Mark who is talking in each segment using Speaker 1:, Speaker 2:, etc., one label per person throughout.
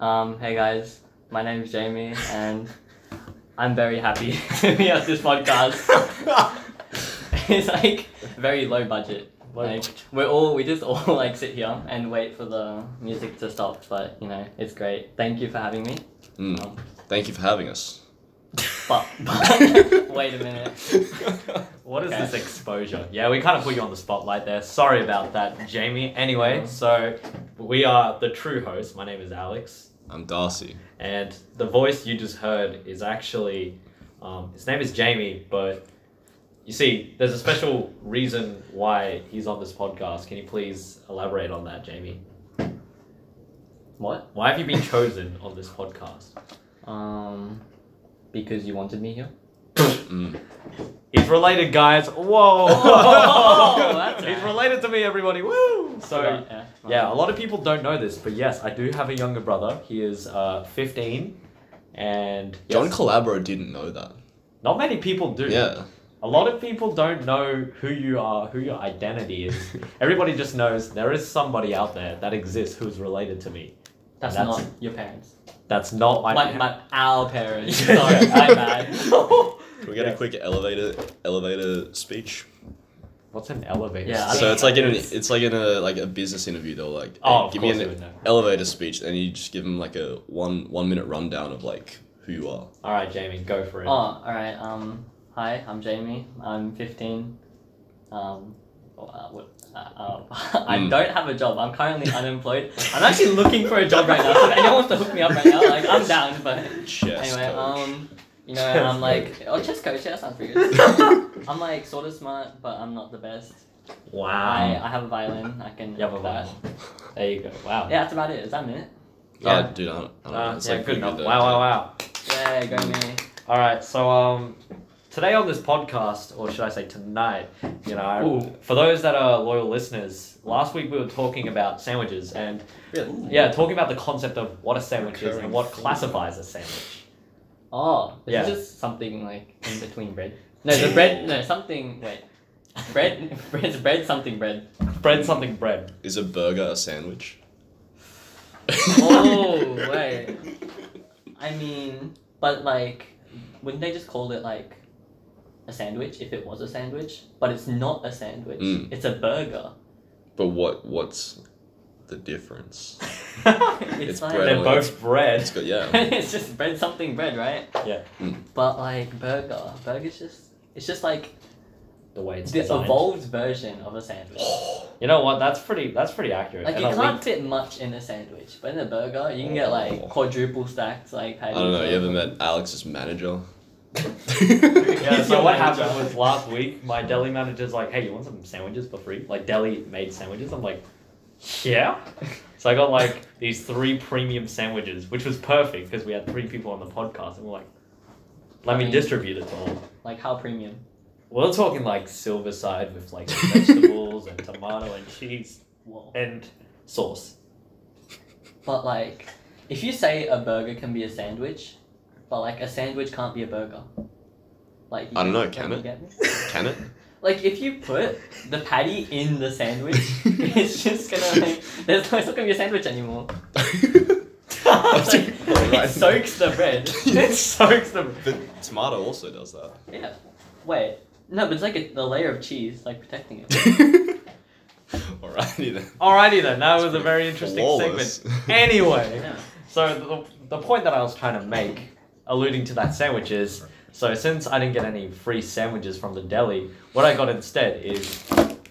Speaker 1: Um, hey guys, my name is Jamie, and I'm very happy to be on this podcast. it's like very low budget.
Speaker 2: Low
Speaker 1: Like, we're all we just all like sit here and wait for the music to stop, but you know it's great. Thank you for having me.
Speaker 3: Mm.
Speaker 1: Um,
Speaker 3: Thank you for having us.
Speaker 1: but, but wait a minute.
Speaker 2: What is
Speaker 1: Okay.
Speaker 2: this exposure? Yeah, we kind of put you on the spotlight there. Sorry about that, Jamie. Anyway,
Speaker 1: Mhm.
Speaker 2: so we are the true hosts. My name is Alex,
Speaker 3: I'm Darcy.
Speaker 2: and the voice you just heard is actually um, his name is Jamie, but you see, there's a special reason why he's on this podcast. Can you please elaborate on that, Jamie?
Speaker 1: What?
Speaker 2: Why have you been chosen on this podcast?
Speaker 1: Um, because you wanted me here.
Speaker 3: Mm.
Speaker 2: He's related, guys. Whoa!
Speaker 1: Whoa, Oh, that's
Speaker 2: he's
Speaker 1: nice.
Speaker 2: related to me, everybody. Woo! So.
Speaker 1: yeah.
Speaker 2: Yeah, a lot of people don't know this, but yes, I do have a younger brother. He is uh, 15, and yes,
Speaker 3: John Calabro didn't know that.
Speaker 2: not many people do.
Speaker 3: Yeah.
Speaker 2: A lot of people don't know who you are, who your identity is. Everybody just knows there is somebody out there that exists who's related to me.
Speaker 1: That's,
Speaker 2: That's-
Speaker 1: not your parents.
Speaker 2: That's not my.
Speaker 1: Like my our parents.
Speaker 2: Yeah.
Speaker 1: Sorry, my bad.
Speaker 3: Can we get
Speaker 2: Yeah.
Speaker 3: a quick elevator elevator speech?
Speaker 2: What's an elevator?
Speaker 1: Yeah, I
Speaker 3: so
Speaker 1: mean,
Speaker 3: it's like in an,
Speaker 1: it's-
Speaker 3: it's like in a like a business interview. They'll like hey,
Speaker 2: Oh, of
Speaker 3: give me
Speaker 2: course
Speaker 3: an
Speaker 2: you would know.
Speaker 3: elevator speech, and you just give them like a one one minute rundown of like who you are.
Speaker 2: All right, Jamie, go for it.
Speaker 1: Oh, all right. Um, hi, I'm Jamie. I'm 15. Um, uh, what, uh, uh, I
Speaker 3: Mm.
Speaker 1: don't have a job. I'm currently unemployed. I'm actually looking for a job right now. So if anyone wants to hook me up right now, like I'm down. But
Speaker 3: Chess
Speaker 1: anyway,
Speaker 3: coach.
Speaker 1: um, you know, I'm like, oh, chess coach. Yeah, that sounds pretty good. I'm like sort of smart, but I'm not the best. I,
Speaker 2: wow.
Speaker 1: I have a violin. I can.
Speaker 2: Ah. You have a
Speaker 1: that.
Speaker 2: violin. There you go. Wow.
Speaker 1: Yeah, that's about it. Is that it?
Speaker 3: Ah,
Speaker 2: Yeah.
Speaker 3: dude, I don't, I don't
Speaker 2: Uh,
Speaker 3: know. It's
Speaker 2: yeah,
Speaker 3: like
Speaker 2: good
Speaker 3: pretty
Speaker 2: enough.
Speaker 3: though.
Speaker 2: Wow, wow, wow.
Speaker 1: Yeah, go me.
Speaker 2: All right, so um, today on this podcast, or should I say tonight, you know, I-
Speaker 1: Ooh.
Speaker 2: for those that are loyal listeners, last week we were talking about sandwiches and
Speaker 3: Really?
Speaker 2: yeah, talking about the concept of what a sandwich is and
Speaker 3: Recurring
Speaker 2: what
Speaker 3: theme.
Speaker 2: classifies a sandwich.
Speaker 1: Oh, is
Speaker 2: Yeah.
Speaker 1: it just something like in between bread? No, the bread. No, something. Wait, bread. Bread. Bread. Something bread.
Speaker 2: Bread something bread.
Speaker 3: Is a burger a sandwich?
Speaker 1: Oh, wait. I mean, but like, wouldn't they just call it like a sandwich if it was a sandwich? But it's not a sandwich.
Speaker 3: Mm.
Speaker 1: It's a burger.
Speaker 3: But what what's the difference?
Speaker 2: They're
Speaker 1: It's,
Speaker 3: It's
Speaker 1: like
Speaker 3: bread on
Speaker 2: both bread.
Speaker 3: It's got yeah.
Speaker 1: it's just bread. Something bread, right?
Speaker 2: Yeah.
Speaker 3: Mm.
Speaker 1: But like burger. Burger's just. It's just like
Speaker 2: The way it's
Speaker 1: the
Speaker 2: designed.
Speaker 1: evolved version of a sandwich.
Speaker 2: You know what? That's pretty. That's pretty accurate.
Speaker 1: Like you
Speaker 2: And a
Speaker 1: can't
Speaker 2: link-
Speaker 1: fit much in a sandwich, but in a burger you can get like quadruple stacked like
Speaker 3: Oh. I
Speaker 1: patties.
Speaker 3: don't know. You
Speaker 1: or-
Speaker 3: ever met Alex's manager?
Speaker 2: Yeah, so
Speaker 1: Your
Speaker 2: what
Speaker 1: manager.
Speaker 2: happened was last week my deli manager's like, "Hey, you want some sandwiches for free?" Like deli made sandwiches. I'm like, "Yeah." So I got like these three premium sandwiches, which was perfect because we had three people on the podcast, and we're like, "Let
Speaker 1: I
Speaker 2: me
Speaker 1: mean-
Speaker 2: distribute it to all."
Speaker 1: Like how premium?
Speaker 2: We're talking like silver side with like vegetables and tomato and cheese
Speaker 1: Whoa.
Speaker 2: and sauce.
Speaker 1: But like, if you say a burger can be a sandwich, but like a sandwich can't be a burger. Like you
Speaker 3: I don't know,
Speaker 1: get-
Speaker 3: can
Speaker 1: you
Speaker 3: it?
Speaker 1: get me?
Speaker 3: Can it?
Speaker 1: Like if you put the patty in the sandwich, it's just gonna like there's no, it's not gonna be a sandwich anymore. It's like, it soaks the bread.
Speaker 2: it soaks the.
Speaker 3: The tomato also does that.
Speaker 1: Yeah. Wait. No, but it's like a, the layer of cheese, like protecting it.
Speaker 3: Alrighty then.
Speaker 2: Alrighty then, that was a very interesting
Speaker 3: Flawless.
Speaker 2: segment. Anyway.
Speaker 1: Yeah.
Speaker 2: So the, the point that I was trying to make, alluding to that sandwich, is so since I didn't get any free sandwiches from the deli, what I got instead is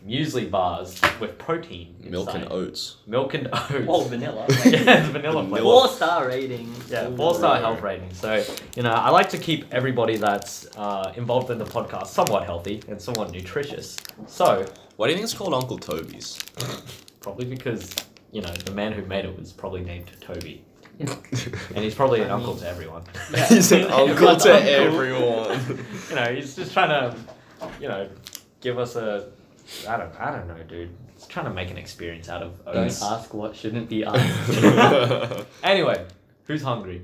Speaker 2: muesli bars with protein.
Speaker 3: Milk and
Speaker 2: inside.
Speaker 3: oats.
Speaker 2: Milk and oats.
Speaker 1: Whoa, vanilla.
Speaker 2: yeah, it's vanilla
Speaker 3: Vanilla.
Speaker 2: flavor.
Speaker 1: Four star rating.
Speaker 2: Yeah, four star health rating. So you know, I like to keep everybody that's uh, involved in the podcast somewhat healthy and somewhat nutritious. So
Speaker 3: Why do you think it's called Uncle Toby's?
Speaker 2: probably because you know the man who made it was probably named Toby, and he's probably an uncle to everyone.
Speaker 1: Yeah.
Speaker 3: He's an uncle
Speaker 1: Everyone's
Speaker 3: to
Speaker 1: uncle.
Speaker 3: everyone.
Speaker 2: you know, he's just trying to, you know, give us a, I don't, I don't know, dude. He's trying to make an experience out of
Speaker 1: Don't
Speaker 2: oats.
Speaker 1: ask what shouldn't be asked.
Speaker 2: Anyway, who's hungry?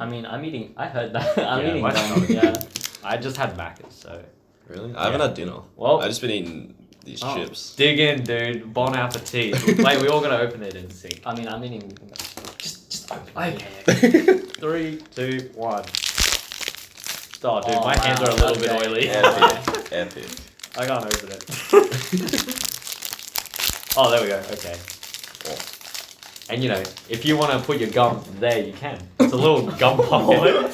Speaker 1: I mean, I'm eating. I heard that. I'm
Speaker 2: Yeah,
Speaker 1: eating.
Speaker 2: why
Speaker 1: Donald,
Speaker 2: not?
Speaker 1: yeah.
Speaker 2: I just had Macca's, so
Speaker 3: really? I haven't
Speaker 2: Yeah.
Speaker 3: had dinner.
Speaker 2: Well-
Speaker 3: I've just been eating these
Speaker 1: Oh.
Speaker 3: chips.
Speaker 2: dig in, dude. Bon appetit. Wait, we all gotta open it in sync.
Speaker 1: I mean, I'm eating.
Speaker 2: Just, just just open it.
Speaker 1: Okay.
Speaker 2: Three, two, one. Oh, dude,
Speaker 1: Oh,
Speaker 2: my hands
Speaker 1: wow,
Speaker 2: are a little bit
Speaker 1: okay.
Speaker 2: oily.
Speaker 1: Yeah.
Speaker 3: epic, epic.
Speaker 2: I can't open it. Oh, there we go. Okay. And you know, if you want to put your gum there, you can. It's a little gum pocket.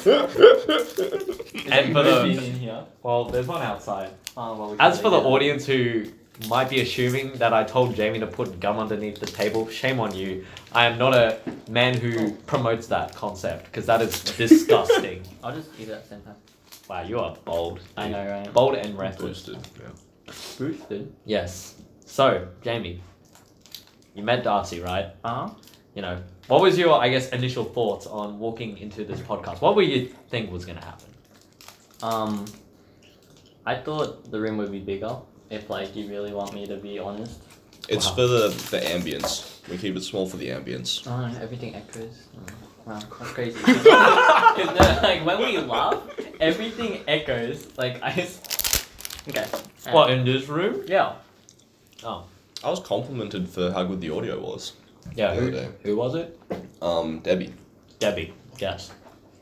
Speaker 2: And for
Speaker 1: Is it
Speaker 2: the-
Speaker 1: in here?
Speaker 2: well, there's one outside.
Speaker 1: Oh, well, we can
Speaker 2: As for the
Speaker 1: leave it.
Speaker 2: audience who might be assuming that I told Jamie to put gum underneath the table, shame on you. I am not a man who promotes that concept because that is disgusting.
Speaker 1: I'll just eat it at the same time.
Speaker 2: wow, you are bold.
Speaker 1: I know, right?
Speaker 2: Bold and reckless.
Speaker 3: Boosted. Yeah.
Speaker 1: Boosted.
Speaker 2: Yes. So, Jamie, you met Darcy, right?
Speaker 1: Uh huh.
Speaker 2: You know, what was your, I guess, initial thoughts on walking into this podcast? What were you think was going to happen?
Speaker 1: Um, I thought the room would be bigger. If like you really want me to be honest,
Speaker 3: It's
Speaker 2: Wow.
Speaker 3: for the the ambience. We keep it small for the ambience.
Speaker 1: oh, and everything echoes. Mm. Wow, that's crazy. 'Cause then, like when we laugh, everything echoes. Like I. s- Okay. Uh,
Speaker 2: What, in this room? Oh,
Speaker 1: Yeah.
Speaker 3: I was complimented for how good the audio was.
Speaker 2: Yeah,
Speaker 3: who-
Speaker 2: who, who was it?
Speaker 3: Um, Debbie.
Speaker 2: Debbie, yes.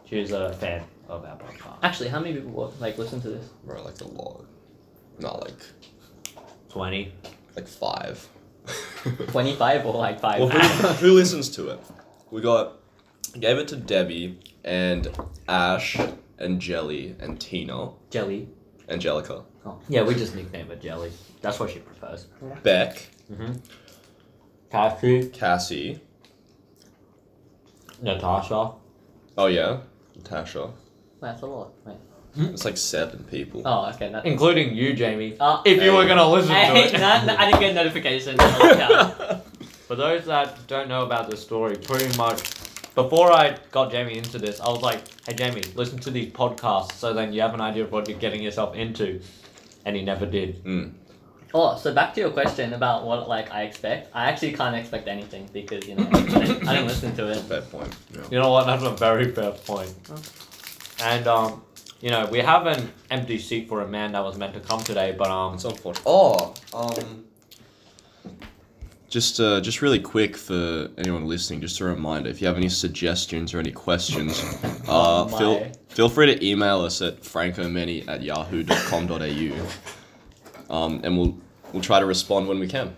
Speaker 2: She was a fan of our podcast.
Speaker 1: Actually, how many people wa- like listen to this?
Speaker 3: Bro, like a lot. Not like
Speaker 2: 20.
Speaker 3: like five.
Speaker 1: Twenty five or like five?
Speaker 3: well, who, who listens to it? We got gave it to Debbie and Ash and Jelly and Tina,
Speaker 2: Jelly.
Speaker 3: Angelica,
Speaker 2: Yeah, we just nicknamed her Jelly. That's what she prefers.
Speaker 3: Beck,
Speaker 2: Cassie.
Speaker 3: Cassie.
Speaker 2: Natasha.
Speaker 3: Oh yeah, Natasha.
Speaker 1: That's a lot. Wait.
Speaker 3: It's like seven people.
Speaker 1: Oh, okay. That.
Speaker 2: Including you, Jamie.
Speaker 1: Uh,
Speaker 2: If you were
Speaker 3: Hey.
Speaker 2: going to listen
Speaker 1: I,
Speaker 2: to it.
Speaker 1: no, no, I didn't get a notification. Oh, yeah.
Speaker 2: For those that don't know about the story, pretty much before I got Jamie into this, I was like, hey, Jamie, listen to these podcasts so then you have an idea of what you're getting yourself into. And he never did.
Speaker 3: Mm.
Speaker 1: Oh, so back to your question about what like I expect. I actually can't expect anything because you know I, I didn't listen to it.
Speaker 3: Fair point. Yeah.
Speaker 2: You know what? That's a very fair point. And, um, you know, we have an empty seat for a man that was meant to come today, but, um,
Speaker 3: It's unfortunate. Oh, um. Just, uh, just really quick for anyone listening, just a reminder: if you have any suggestions or any questions, uh,
Speaker 1: Oh my.
Speaker 3: feel feel free to email us at francomany at yahoo.com.au, um, and we'll we'll try to respond when we can.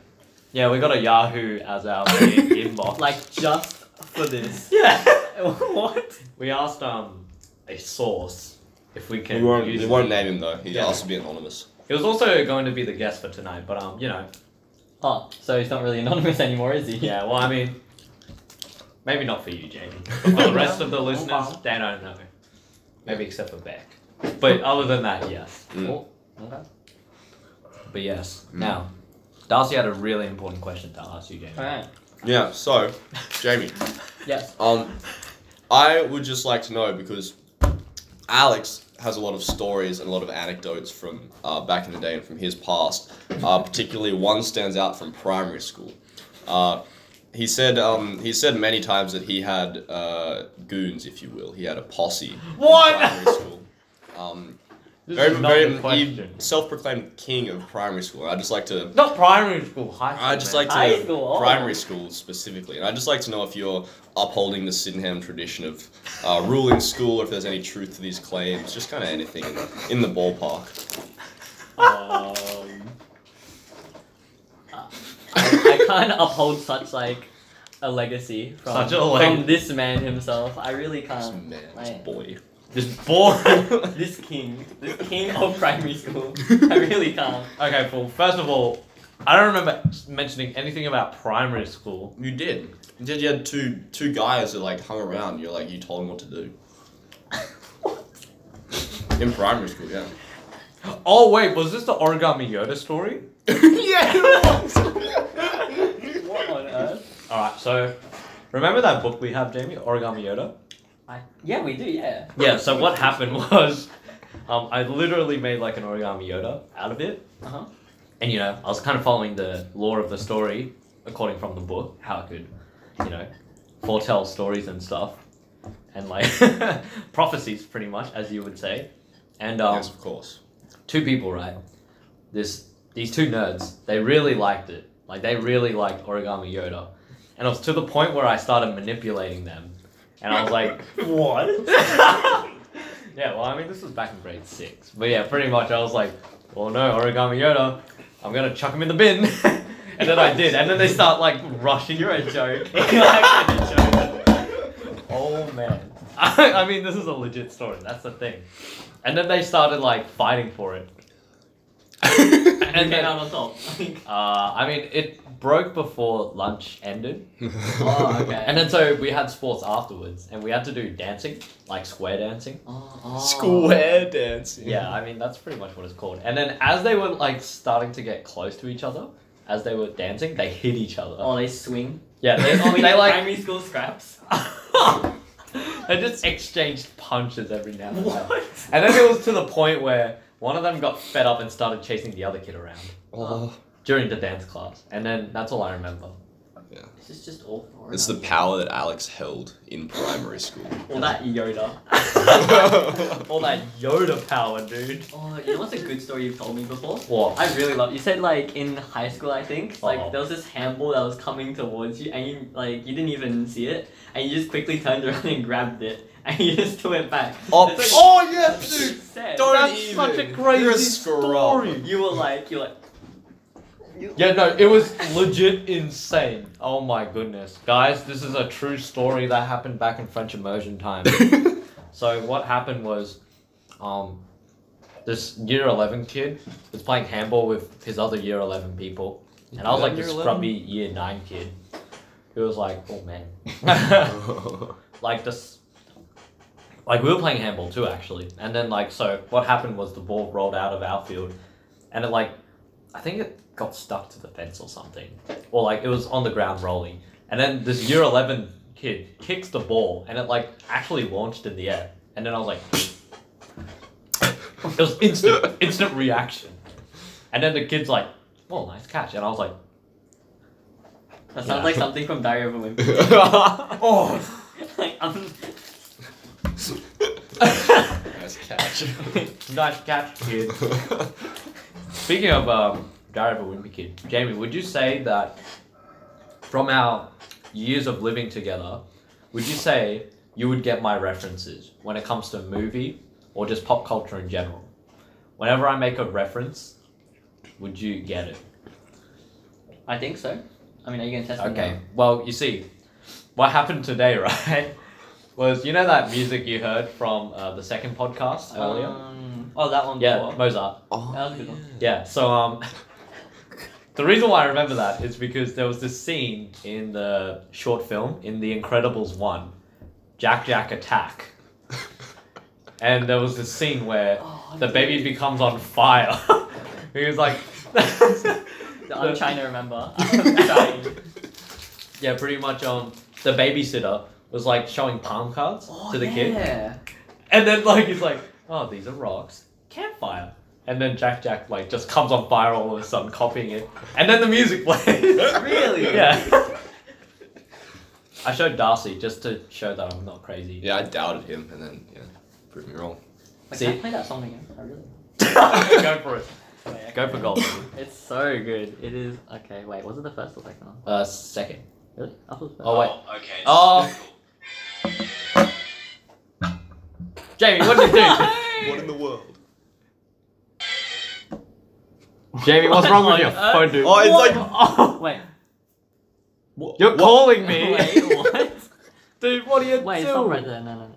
Speaker 2: yeah, we got a Yahoo as our main inbox.
Speaker 1: Like just for this.
Speaker 2: yeah.
Speaker 1: what?
Speaker 2: We asked, um, a source if we
Speaker 3: We
Speaker 2: can
Speaker 3: won't,
Speaker 2: use
Speaker 3: we
Speaker 2: the-
Speaker 3: won't name him though. He
Speaker 2: Yeah.
Speaker 3: asked to be anonymous.
Speaker 2: He was also going to be the guest for tonight, but um, you know,
Speaker 1: Oh, so he's not really anonymous anymore, is he?
Speaker 2: yeah. Well, I mean, maybe not for you, Jamie, but for the rest of the listeners, they don't know. Maybe except for Beck. But other than that, yes.
Speaker 3: Mm.
Speaker 1: Oh, Okay.
Speaker 2: But yes. Now, Darcy had a really important question to ask you, Jamie.
Speaker 1: All right.
Speaker 3: Yeah. So, Jamie,
Speaker 1: Yes.
Speaker 3: Um, I would just like to know because Alex has a lot of stories and a lot of anecdotes from uh, back in the day and from his past. Uh, particularly, one stands out from primary school. Uh, he said um, he said many times that he had uh, goons, if you will. He had a posse. in
Speaker 2: What?
Speaker 3: Primary school. Um,
Speaker 2: This
Speaker 3: very,
Speaker 2: is not the
Speaker 3: very, he
Speaker 2: question.
Speaker 3: self-proclaimed king of primary school. I would just like to
Speaker 2: e- Not primary school, high school.
Speaker 3: I just
Speaker 2: man.
Speaker 3: like to
Speaker 1: High school, oh.
Speaker 3: primary school specifically, and I would just like to know if you're upholding the Sydenham tradition of uh, ruling school, or if there's any truth to these claims, just kind of anything in, in the ballpark.
Speaker 2: Um,
Speaker 1: I, I can't uphold such like a legacy from,
Speaker 2: Such a
Speaker 1: from
Speaker 2: leg-
Speaker 1: this man himself. I really
Speaker 3: This
Speaker 1: can't.
Speaker 3: man, this
Speaker 1: Right.
Speaker 3: boy.
Speaker 2: just boring.
Speaker 1: This king, this king of primary school. I really can't.
Speaker 2: okay, well, first of all, I don't remember mentioning anything about primary school.
Speaker 3: You did. You did. You had two two guys that like hung around. You're like you told them what to do. In primary school, yeah.
Speaker 2: Oh wait, was this the origami Yoda story?
Speaker 3: yeah.
Speaker 1: What on earth?
Speaker 2: All right, so remember that book we have, Jamie, Origami Yoda?
Speaker 1: I, yeah, we do. Yeah.
Speaker 2: Yeah. So what happened was, um, I literally made like an origami Yoda out of it,
Speaker 1: Uh huh.
Speaker 2: and you know, I was kind of following the lore of the story, according from the book, how it could, you know, foretell stories and stuff, and like prophecies, pretty much, as you would say. And um,
Speaker 3: yes, of course.
Speaker 2: two people, right? This these two nerds, they really liked it. Like they really liked Origami Yoda, and it was to the point where I started manipulating them and I was like,
Speaker 1: What?
Speaker 2: yeah, well, I mean, this was back in grade six, but yeah, pretty much, I was like, well, no, Origami Yoda, I'm gonna chuck him in the bin, and then I did, and then they start like rushing.
Speaker 1: You're a joke. You're actually a joke. Oh man.
Speaker 2: I, I mean, this is a legit story. That's the thing. And then they started like fighting for it.
Speaker 1: And you
Speaker 2: And
Speaker 1: came
Speaker 2: then-
Speaker 1: out on top.
Speaker 2: Uh, I mean, it broke before lunch ended,
Speaker 1: oh, okay.
Speaker 2: and then so we had sports afterwards, and we had to do dancing, like square dancing.
Speaker 1: oh, oh.
Speaker 3: Square dancing.
Speaker 2: Yeah, I mean that's pretty much what it's called. And then as they were like starting to get close to each other, as they were dancing, they hit each other.
Speaker 1: Oh, they swing.
Speaker 2: Yeah, they,
Speaker 1: Oh,
Speaker 2: they like
Speaker 1: primary school scraps.
Speaker 2: they just exchanged punches every now and then.
Speaker 1: What?
Speaker 2: And then it was to the point where one of them got fed up and started chasing the other kid around
Speaker 3: Oh,
Speaker 2: during the dance class. And then that's all I remember.
Speaker 1: This is just awful.
Speaker 3: it's the power that Alex held in primary school.
Speaker 1: All that Yoda.
Speaker 2: All that Yoda power, dude.
Speaker 1: Oh, you know what's a good story you've told me before?
Speaker 2: What?
Speaker 1: I really love. You said like in high school, I think, like
Speaker 2: Uh-oh.
Speaker 1: there was this handball that was coming towards you, and you like you didn't even see it, and you just quickly turned around and grabbed it, and you just threw it back.
Speaker 3: oh,
Speaker 1: It's like,
Speaker 3: oh yeah,
Speaker 1: that's what you
Speaker 3: dude.
Speaker 1: said.
Speaker 3: Don't
Speaker 2: That's
Speaker 3: even.
Speaker 2: such a
Speaker 3: You're a
Speaker 2: crazy
Speaker 3: scrub.
Speaker 2: story.
Speaker 1: You were like, you were like. you-
Speaker 2: Yeah, no, it was legit insane. Oh my goodness. Guys, this is a true story that happened back in French immersion time. so what happened was um this year 11 kid was playing handball with his other year 11 people. And I was like
Speaker 3: Year
Speaker 2: this
Speaker 3: 11?
Speaker 2: scrubby year 9 kid who was like, "Oh man." like this like we were playing handball too actually and then like so what happened was the ball rolled out of our field and it like i think it got stuck to the fence or something or like it was on the ground rolling and then this year 11 kid kicks the ball and it like actually launched in the air and then i was like it was instant instant reaction and then the kid's like well nice catch and i was like
Speaker 1: That sounds
Speaker 2: Yeah.
Speaker 1: like something from Diary of a Wimpy.
Speaker 2: oh
Speaker 1: like, um,
Speaker 3: nice catch.
Speaker 2: nice catch kid Speaking of um, Diary of a Wimpy Kid, Jamie, would you say that from our years of living together, would you say you would get my references when it comes to movie or just pop culture in general? Whenever I make a reference, would you get it?
Speaker 1: I think so. I mean, are you gonna test me?
Speaker 2: Okay. Well, you see, what happened today, right? Was you know that music you heard from uh, the second podcast
Speaker 1: now?
Speaker 2: earlier?
Speaker 1: Um, oh, that one.
Speaker 2: yeah,
Speaker 1: before.
Speaker 2: Mozart.
Speaker 1: That was a good one.
Speaker 2: Yeah, so um the reason why I remember that is because there was this scene in the short film in The Incredibles 1, Jack Jack Attack. And there was this scene where
Speaker 1: Oh,
Speaker 2: the
Speaker 1: dude.
Speaker 2: baby becomes on fire. he was like
Speaker 1: I'm trying to remember. I'm trying.
Speaker 2: Yeah, pretty much um the babysitter was like showing palm cards to the kid.
Speaker 1: Oh, Yeah.
Speaker 2: And then like he's like, Oh, these are rocks. Campfire. And then Jack Jack like just comes on fire all of a sudden, copying it. And then the music plays.
Speaker 1: Really?
Speaker 2: Yeah. I showed Darcy just to show that I'm not crazy.
Speaker 3: Yeah, I doubted him, and then yeah, proved me wrong.
Speaker 1: Like,
Speaker 2: See?
Speaker 1: can I play that song again? I really.
Speaker 2: Go for it.
Speaker 1: Wait,
Speaker 2: Go
Speaker 1: okay.
Speaker 2: for gold.
Speaker 1: It's so good. It is. Okay, wait. Was it the first or second one?
Speaker 2: Uh, second.
Speaker 1: Really? I thought it was the
Speaker 2: Oh wait,
Speaker 3: okay.
Speaker 2: Oh. Jamie, what did you do?
Speaker 3: What in the world?
Speaker 2: Jamie, what's wrong with
Speaker 1: What
Speaker 2: your
Speaker 1: on earth?
Speaker 2: phone, dude?
Speaker 3: Oh, it's like-
Speaker 2: Oh,
Speaker 1: Wait.
Speaker 2: you're calling me,
Speaker 1: Wait. What?
Speaker 2: dude. What are you
Speaker 1: Wait. It's
Speaker 2: doing?
Speaker 1: not right there. No, no,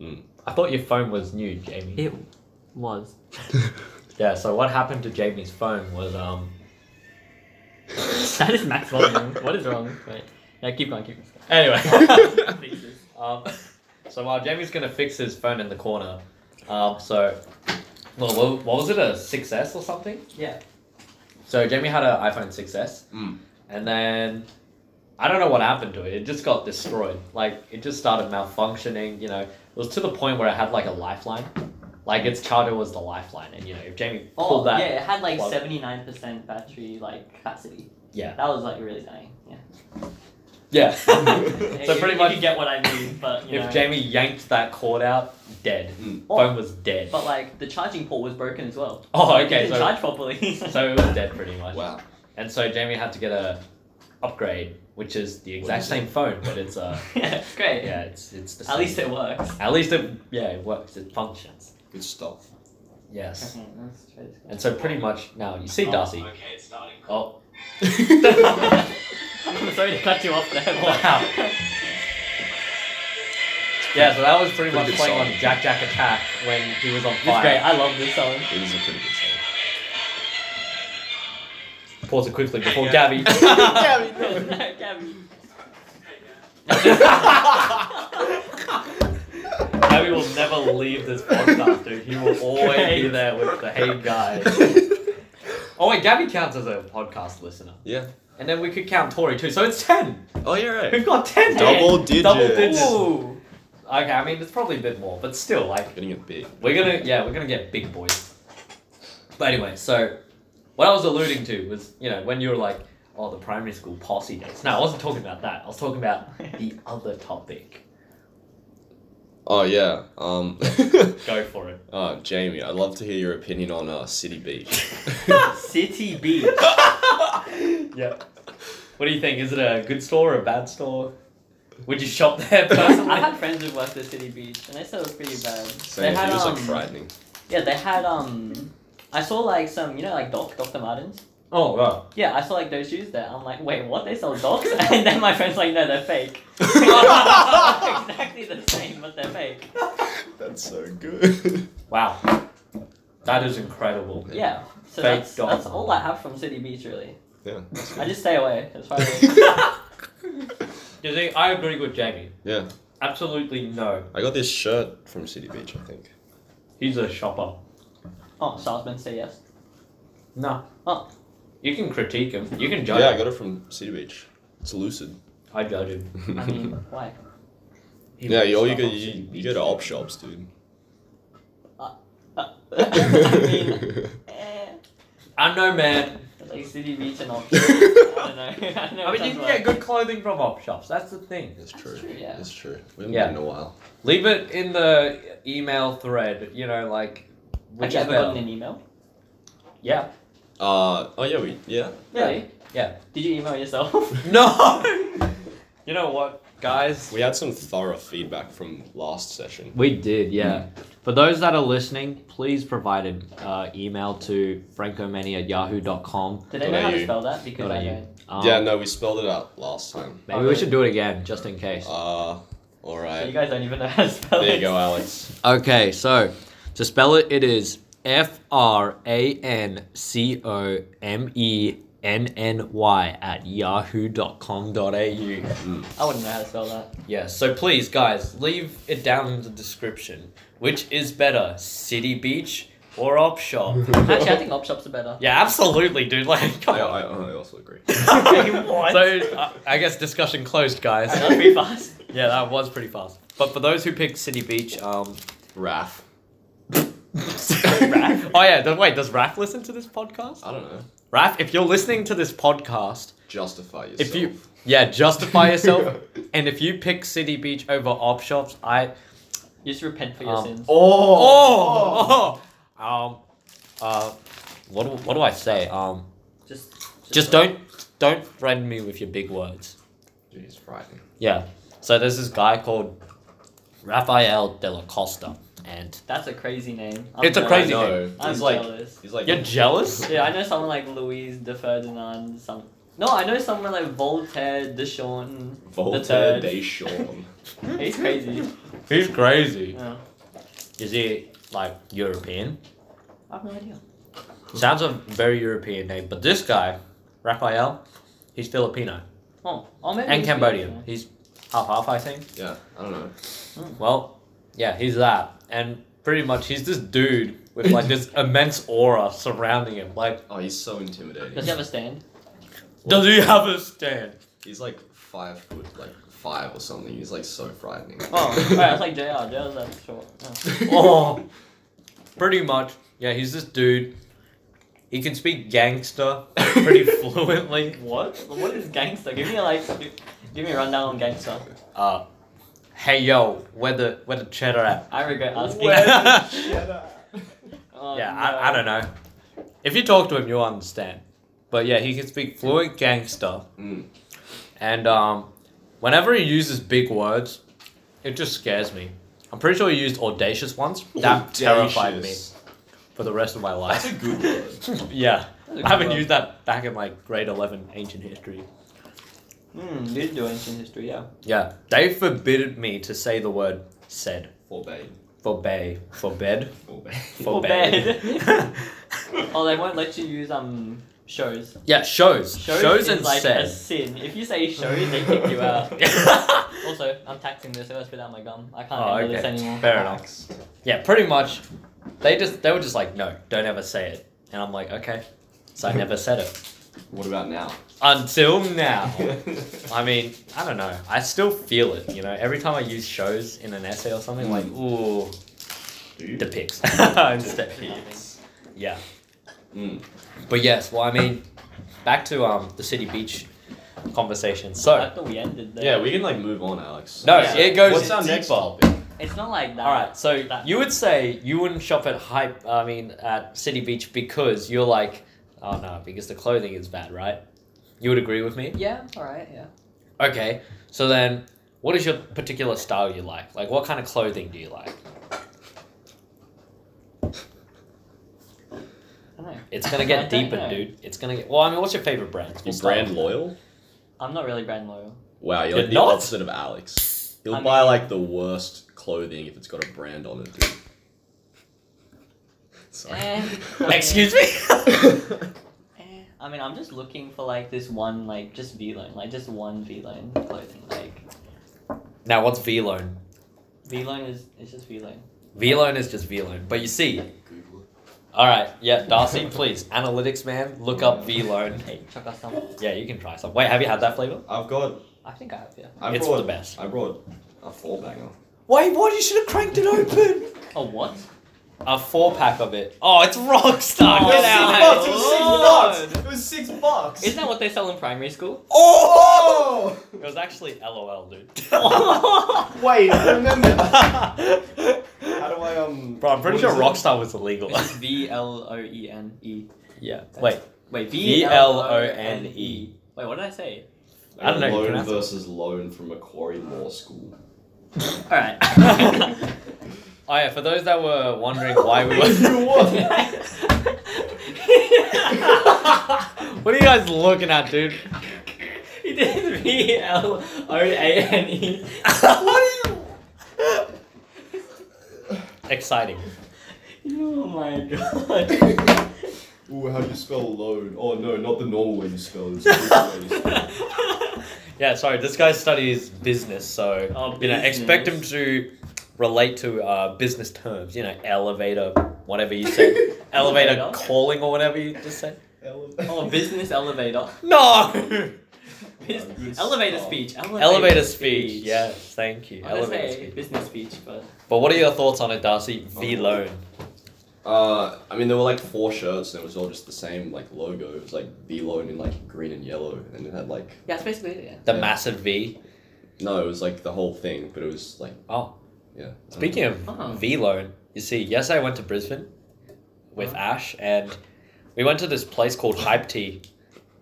Speaker 1: no.
Speaker 2: I thought your phone was new, Jamie.
Speaker 1: It was.
Speaker 2: Yeah. So what happened to Jamie's phone was um.
Speaker 1: That is max volume. what is wrong? Wait. Yeah, keep going. Keep
Speaker 2: Anyway.
Speaker 1: going. Please.
Speaker 2: Um, so while Jamie's gonna fix his phone in the corner, um, so well, what, what was it a 6S or something?
Speaker 1: yeah.
Speaker 2: So Jamie had an iPhone 6S,
Speaker 3: Mm.
Speaker 2: and then I don't know what happened to it. It just got destroyed. Like it just started malfunctioning. You know, it was to the point where it had like a lifeline, like its charger was the lifeline, and you know if Jamie
Speaker 1: Oh
Speaker 2: pulled that,
Speaker 1: yeah, it had like
Speaker 2: plug.
Speaker 1: seventy nine percent battery like capacity.
Speaker 2: Yeah.
Speaker 1: That was like really dying. Yeah.
Speaker 2: yeah.
Speaker 1: so
Speaker 2: pretty
Speaker 1: you
Speaker 2: much-
Speaker 1: can get what I mean, but you
Speaker 2: if
Speaker 1: know.
Speaker 2: Jamie yanked that cord out, dead.
Speaker 3: Mm.
Speaker 2: Phone was dead.
Speaker 1: But like the charging port was broken as well.
Speaker 2: Oh,
Speaker 1: Like, it
Speaker 2: okay,
Speaker 1: Didn't
Speaker 2: so-
Speaker 1: charge properly.
Speaker 2: So it was dead pretty much.
Speaker 3: Wow.
Speaker 2: And so Jamie had to get a upgrade which is the exact
Speaker 3: is it?
Speaker 2: same phone, but it's uh
Speaker 1: yeah, it's great.
Speaker 2: yeah, it's it's the
Speaker 1: At
Speaker 2: same.
Speaker 1: least it works.
Speaker 2: At least it yeah, it works. It functions.
Speaker 3: Good stuff.
Speaker 2: Yes.
Speaker 1: Okay, let's try this
Speaker 2: And so pretty much now you see Darcy.
Speaker 4: Okay, it's starting.
Speaker 2: Oh
Speaker 1: guy. I'm sorry to cut you off there. but-
Speaker 2: Wow. yeah, so that was pretty
Speaker 3: Pretty
Speaker 2: much
Speaker 3: good
Speaker 2: playing
Speaker 3: song.
Speaker 2: on Jack Jack Attack when he was on
Speaker 1: This is great.
Speaker 2: fire.
Speaker 1: I love this song.
Speaker 3: It is a pretty good song.
Speaker 2: Pause it quickly before Gabby.
Speaker 3: Gabby,
Speaker 1: No, Gabby.
Speaker 2: Gabby will never leave this podcast, dude. He will always be
Speaker 1: Great.
Speaker 2: there with the hey guys. Oh wait, Gabby counts as a podcast listener.
Speaker 3: yeah.
Speaker 2: And then we could count Tori too, so it's ten.
Speaker 3: Oh, yeah, right.
Speaker 2: We've got ten.
Speaker 3: Double digits.
Speaker 2: Double digits.
Speaker 1: Ooh.
Speaker 2: Okay, I mean it's probably a bit more, but still, like
Speaker 3: Getting it big.
Speaker 2: we're gonna yeah, we're gonna get big boys. But anyway, so what I was alluding to was, you know, when you were like, oh the primary school posse days. No, I wasn't talking about that. I was talking about the other topic.
Speaker 3: Oh, yeah. Um,
Speaker 2: Go for it.
Speaker 3: uh, Jamie, I'd love to hear your opinion on uh, City Beach.
Speaker 1: City Beach.
Speaker 2: Yeah. What do you think? Is it a good store or a bad store? Would you shop there personally?
Speaker 1: I've had friends who worked at City Beach, and they said it was pretty bad.
Speaker 3: Same.
Speaker 1: They had,
Speaker 3: it was
Speaker 1: um,
Speaker 3: like frightening.
Speaker 1: Yeah, they had um. I saw like some, you know, like Doc, Dr. Martens.
Speaker 2: oh wow.
Speaker 1: Yeah, I saw like those shoes there. I'm like, wait, what? They sell Docs? And then my friend's like, no, they're fake. exactly the same, but they're fake.
Speaker 3: That's so good.
Speaker 2: Wow. That is incredible.
Speaker 1: Yeah. So
Speaker 2: Fake
Speaker 1: that's, that's
Speaker 2: Doc.
Speaker 1: all I have from City Beach, really.
Speaker 3: yeah. that's
Speaker 1: I
Speaker 3: good.
Speaker 1: just stay away. As far as
Speaker 2: You see, I agree with Jamie.
Speaker 3: yeah.
Speaker 2: Absolutely no.
Speaker 3: I got this shirt from City Beach, I think.
Speaker 2: He's a shopper.
Speaker 1: oh, Salzman say yes.
Speaker 2: No.
Speaker 1: Oh.
Speaker 2: You can critique him. You can judge.
Speaker 3: Yeah, I
Speaker 2: him.
Speaker 3: got it from City Beach. It's lucid.
Speaker 2: I judge him.
Speaker 1: I mean, why?
Speaker 2: He
Speaker 3: yeah,
Speaker 2: wants
Speaker 3: you, all you,
Speaker 2: stuff
Speaker 3: go,
Speaker 2: on
Speaker 3: you,
Speaker 2: City
Speaker 3: you
Speaker 2: Beach.
Speaker 3: go to op shops, dude.
Speaker 1: I mean, eh,
Speaker 2: I know, man.
Speaker 1: like City Beach and options. I don't know. I don't know.
Speaker 2: I mean, you
Speaker 1: which
Speaker 2: can
Speaker 1: one's
Speaker 2: get
Speaker 1: worse.
Speaker 2: good clothing from op shops. That's the thing.
Speaker 3: It's
Speaker 1: That's
Speaker 3: true.
Speaker 1: true, yeah.
Speaker 3: It's true. We haven't
Speaker 2: Yeah.
Speaker 3: been in a while.
Speaker 2: Leave it in the email thread. You know, like
Speaker 1: Have you ever
Speaker 2: whichever.
Speaker 1: gotten an email?
Speaker 2: Yeah.
Speaker 3: Uh, oh, yeah, we, yeah.
Speaker 1: Really?
Speaker 2: Yeah.
Speaker 1: Did you email yourself?
Speaker 2: No. you know what, guys?
Speaker 3: We had some thorough feedback from last session.
Speaker 2: We did, yeah. For those that are listening, please provide an uh, email to francomania at yahoo.com.
Speaker 1: Did they
Speaker 3: Not
Speaker 1: know how
Speaker 3: at
Speaker 1: to
Speaker 3: you.
Speaker 1: spell that? Because
Speaker 2: Not at
Speaker 1: I
Speaker 2: you.
Speaker 1: don't.
Speaker 2: Um,
Speaker 3: yeah, no, we spelled it out last time.
Speaker 2: Maybe we should do it again, just in case.
Speaker 3: Uh,
Speaker 1: So you
Speaker 3: alright.
Speaker 1: guys don't even know how to spell
Speaker 3: There
Speaker 1: it.
Speaker 3: you go, Alex.
Speaker 2: Okay, so to spell it, it is F R A N C O M E N N Y at yahoo.com.au.
Speaker 1: I wouldn't know how to spell that.
Speaker 2: Yeah, so please, guys, leave it down in the description. Which is better, City Beach or Op Shop?
Speaker 1: Actually, I think op shops are better.
Speaker 2: yeah, absolutely, dude. Like, come
Speaker 3: I,
Speaker 2: on.
Speaker 3: I, I also agree.
Speaker 1: what?
Speaker 2: So I I guess discussion closed, guys.
Speaker 1: That was pretty fast.
Speaker 2: yeah, that was pretty fast. But for those who picked City Beach, um,
Speaker 3: Raph.
Speaker 2: Raph. Oh yeah, th- wait, does Raph listen to this podcast?
Speaker 3: I don't know.
Speaker 2: Raph, if you're listening to this podcast,
Speaker 3: Justify yourself.
Speaker 2: if you yeah, justify yourself, and if you pick City Beach over op shops, I
Speaker 1: You just repent for your
Speaker 2: Um,
Speaker 1: sins.
Speaker 2: oh, oh, um, uh, what do, what do I say? Um,
Speaker 1: Just, just,
Speaker 2: just don't don't friend me with your big words.
Speaker 3: Dude, he's frightening.
Speaker 2: Yeah. So there's this guy called Rafael de la Costa, and
Speaker 1: That's a crazy name.
Speaker 2: It's a
Speaker 1: jealous.
Speaker 2: crazy
Speaker 3: I know.
Speaker 2: thing.
Speaker 1: I'm
Speaker 3: He's like,
Speaker 1: jealous.
Speaker 3: he's like,
Speaker 2: you're jealous.
Speaker 1: Yeah, I know someone like Louise de Ferdinand. Some. No, I know someone like Voltaire de Shawn.
Speaker 3: Voltaire
Speaker 1: third.
Speaker 3: de Sean.
Speaker 1: He's crazy.
Speaker 2: He's crazy.
Speaker 1: Yeah.
Speaker 2: Is he like European?
Speaker 1: I have no idea.
Speaker 2: Sounds a very European name, but this guy, Raphael, he's Filipino
Speaker 1: Oh, oh maybe
Speaker 2: and
Speaker 1: he's
Speaker 2: Cambodian.
Speaker 1: Filipino.
Speaker 2: He's half half, I think.
Speaker 3: yeah, I don't know.
Speaker 2: Well, yeah, he's that, and pretty much he's this dude with like this immense aura surrounding him. Like,
Speaker 3: Oh, he's so intimidating.
Speaker 1: Does he have a stand?
Speaker 2: does he have a stand?
Speaker 3: He's like five foot, like five or something. He's like so frightening.
Speaker 1: Oh, right, that's like JR. JR's that short. Yeah.
Speaker 2: Oh, pretty much. Yeah, he's this dude. He can speak gangster pretty fluently.
Speaker 1: What? What is gangster? Give me like, gi- give me a rundown on gangster.
Speaker 2: Uh, hey yo, where the where the cheddar at?
Speaker 1: I regret asking. Oh,
Speaker 2: Yeah,
Speaker 1: no.
Speaker 2: I, I don't know. If you talk to him, you'll understand. But yeah, he can speak fluent gangster,
Speaker 3: Mm.
Speaker 2: And um, whenever he uses big words, it just scares me. I'm pretty sure he used audacious once. That terrified me
Speaker 3: Audacious.
Speaker 2: for the rest of my
Speaker 3: That's a
Speaker 2: life.
Speaker 3: good word.
Speaker 2: yeah.
Speaker 1: That's a
Speaker 2: I haven't
Speaker 1: good
Speaker 2: used that back in like grade 11 ancient history.
Speaker 1: Mm, did do ancient history, yeah.
Speaker 2: Yeah. They forbid me to say the word said.
Speaker 3: Forbade.
Speaker 2: Forbade. Forbid.
Speaker 3: Forbade.
Speaker 2: Forbade.
Speaker 1: Oh, they won't let you use um shows.
Speaker 2: yeah, shows. Shows,
Speaker 1: is
Speaker 2: and
Speaker 1: like a
Speaker 2: said.
Speaker 1: sin. If you say shows, they kick you out. also, I'm taxing this. So let's put out my gum. I can't
Speaker 2: Oh,
Speaker 1: handle this
Speaker 2: okay.
Speaker 1: anymore.
Speaker 2: Fair enough. Yeah, pretty much. They just they were just like, no, don't ever say it. And I'm like, okay. So I never said it
Speaker 3: What about now?
Speaker 2: until now. I mean, I don't know. I still feel it. You know, every time I use shows in an essay or something, like,
Speaker 1: Mm.
Speaker 2: ooh,
Speaker 3: Do you?
Speaker 2: depicts instead.
Speaker 1: Depicts.
Speaker 2: Yeah.
Speaker 3: Mm.
Speaker 2: But yes, well, I mean, back to um the city beach conversation. So
Speaker 1: I thought we ended there.
Speaker 3: Yeah, we can like move on, Alex.
Speaker 2: no,
Speaker 1: Yeah.
Speaker 2: it goes.
Speaker 3: What's our
Speaker 2: deeper.
Speaker 3: next topic?
Speaker 1: It's not like that.
Speaker 2: All right, so
Speaker 1: That-
Speaker 2: you would say you wouldn't shop at hype. I mean, at City Beach because you're like, oh no, because the clothing is bad, right? You would agree with me?
Speaker 1: Yeah. All right. Yeah.
Speaker 2: Okay, so then, what is your particular style you like? Like, what kind of clothing do you like?
Speaker 1: I don't know.
Speaker 2: It's gonna
Speaker 1: I
Speaker 2: get
Speaker 1: don't
Speaker 2: deeper,
Speaker 1: know.
Speaker 2: dude. It's gonna get. Well, I mean, what's your favorite brands?
Speaker 3: You
Speaker 2: We'll start
Speaker 3: brand
Speaker 2: with-
Speaker 3: loyal?
Speaker 1: I'm not really brand loyal.
Speaker 3: Wow, you're,
Speaker 2: You're
Speaker 3: like the
Speaker 2: not?
Speaker 3: opposite of Alex. He'll
Speaker 1: I
Speaker 3: buy
Speaker 1: mean-
Speaker 3: like the worst clothing if it's got a brand on it. Dude. Sorry.
Speaker 1: Eh.
Speaker 2: Excuse me.
Speaker 1: Eh, I mean, I'm just looking for like this one, like just V line, like just one V line clothing. Like
Speaker 2: now, what's V Loan?
Speaker 1: V line is it's just V line.
Speaker 2: V Loan is just V Loan, but you see. All right, yeah, Darcy, please, analytics man, look up V Loan.
Speaker 1: Hey, chuck us some.
Speaker 2: Yeah, you can try some. Wait, have you had that flavor?
Speaker 3: I've got.
Speaker 1: I think I have yeah.
Speaker 3: I
Speaker 2: it's
Speaker 3: brought.
Speaker 2: the best.
Speaker 3: I brought a four banger.
Speaker 2: Why? Why you should have cranked it open?
Speaker 1: Oh what?
Speaker 2: A four pack of it. Oh, it's Rockstar.
Speaker 1: Oh,
Speaker 2: Get
Speaker 1: my
Speaker 2: out.
Speaker 1: It was six
Speaker 3: It was six bucks.
Speaker 1: Isn't that what they sell in primary school?
Speaker 2: Oh! It was actually LOL, dude.
Speaker 3: Wait, I remember. How
Speaker 2: Bro,
Speaker 3: do I um?
Speaker 2: I'm pretty
Speaker 3: what
Speaker 2: sure
Speaker 3: is it?
Speaker 2: Rockstar was illegal.
Speaker 1: It's V L O E N E.
Speaker 2: yeah.
Speaker 1: That's-
Speaker 2: Wait.
Speaker 1: Wait, V L O N E.
Speaker 2: V-L-O-N-E.
Speaker 1: Wait, what did I say?
Speaker 2: I don't know, you
Speaker 3: Loan
Speaker 2: pronounce it.
Speaker 3: versus loan from Macquarie Law School.
Speaker 1: All right.
Speaker 2: Oh yeah. For those that were wondering why we
Speaker 3: You
Speaker 2: were.
Speaker 3: what?
Speaker 2: what are you guys looking at, dude?
Speaker 1: he did V L O A N E.
Speaker 2: what are you? Exciting.
Speaker 1: Oh my god.
Speaker 3: Ooh, how do you spell loan? Oh no, not the normal way you spell it. It's the different way you spell it.
Speaker 2: Yeah, sorry. This guy studies business, so
Speaker 1: Oh,
Speaker 2: you know, expect him
Speaker 1: business.
Speaker 2: to relate to uh, business terms. You know, elevator, whatever you said, elevator
Speaker 1: Elevator?
Speaker 2: calling or whatever you just said.
Speaker 1: Oh, business elevator.
Speaker 2: No,
Speaker 1: Bus-
Speaker 3: Oh, good
Speaker 1: elevator
Speaker 3: stuff.
Speaker 1: speech. Elevator,
Speaker 2: elevator speech. Yes, thank you.
Speaker 1: I was gonna
Speaker 2: Elevator
Speaker 1: say
Speaker 2: speech.
Speaker 1: business speech, but
Speaker 2: But what are your thoughts on it, Darcy? V loan.
Speaker 3: Uh, I mean, there were like four shirts, and it was all just the same like logo. It was like V loan in like green and yellow, and it had like
Speaker 1: yeah, that's basically it. Yeah.
Speaker 2: The
Speaker 3: Yeah.
Speaker 2: massive V.
Speaker 3: no, it was like the whole thing, but it was like
Speaker 2: Oh,
Speaker 3: yeah. Um,
Speaker 2: speaking of
Speaker 1: Oh.
Speaker 2: V loan, you see, yes, I went to Brisbane with
Speaker 1: Oh.
Speaker 2: Ash, and we went to this place called Hype Tea.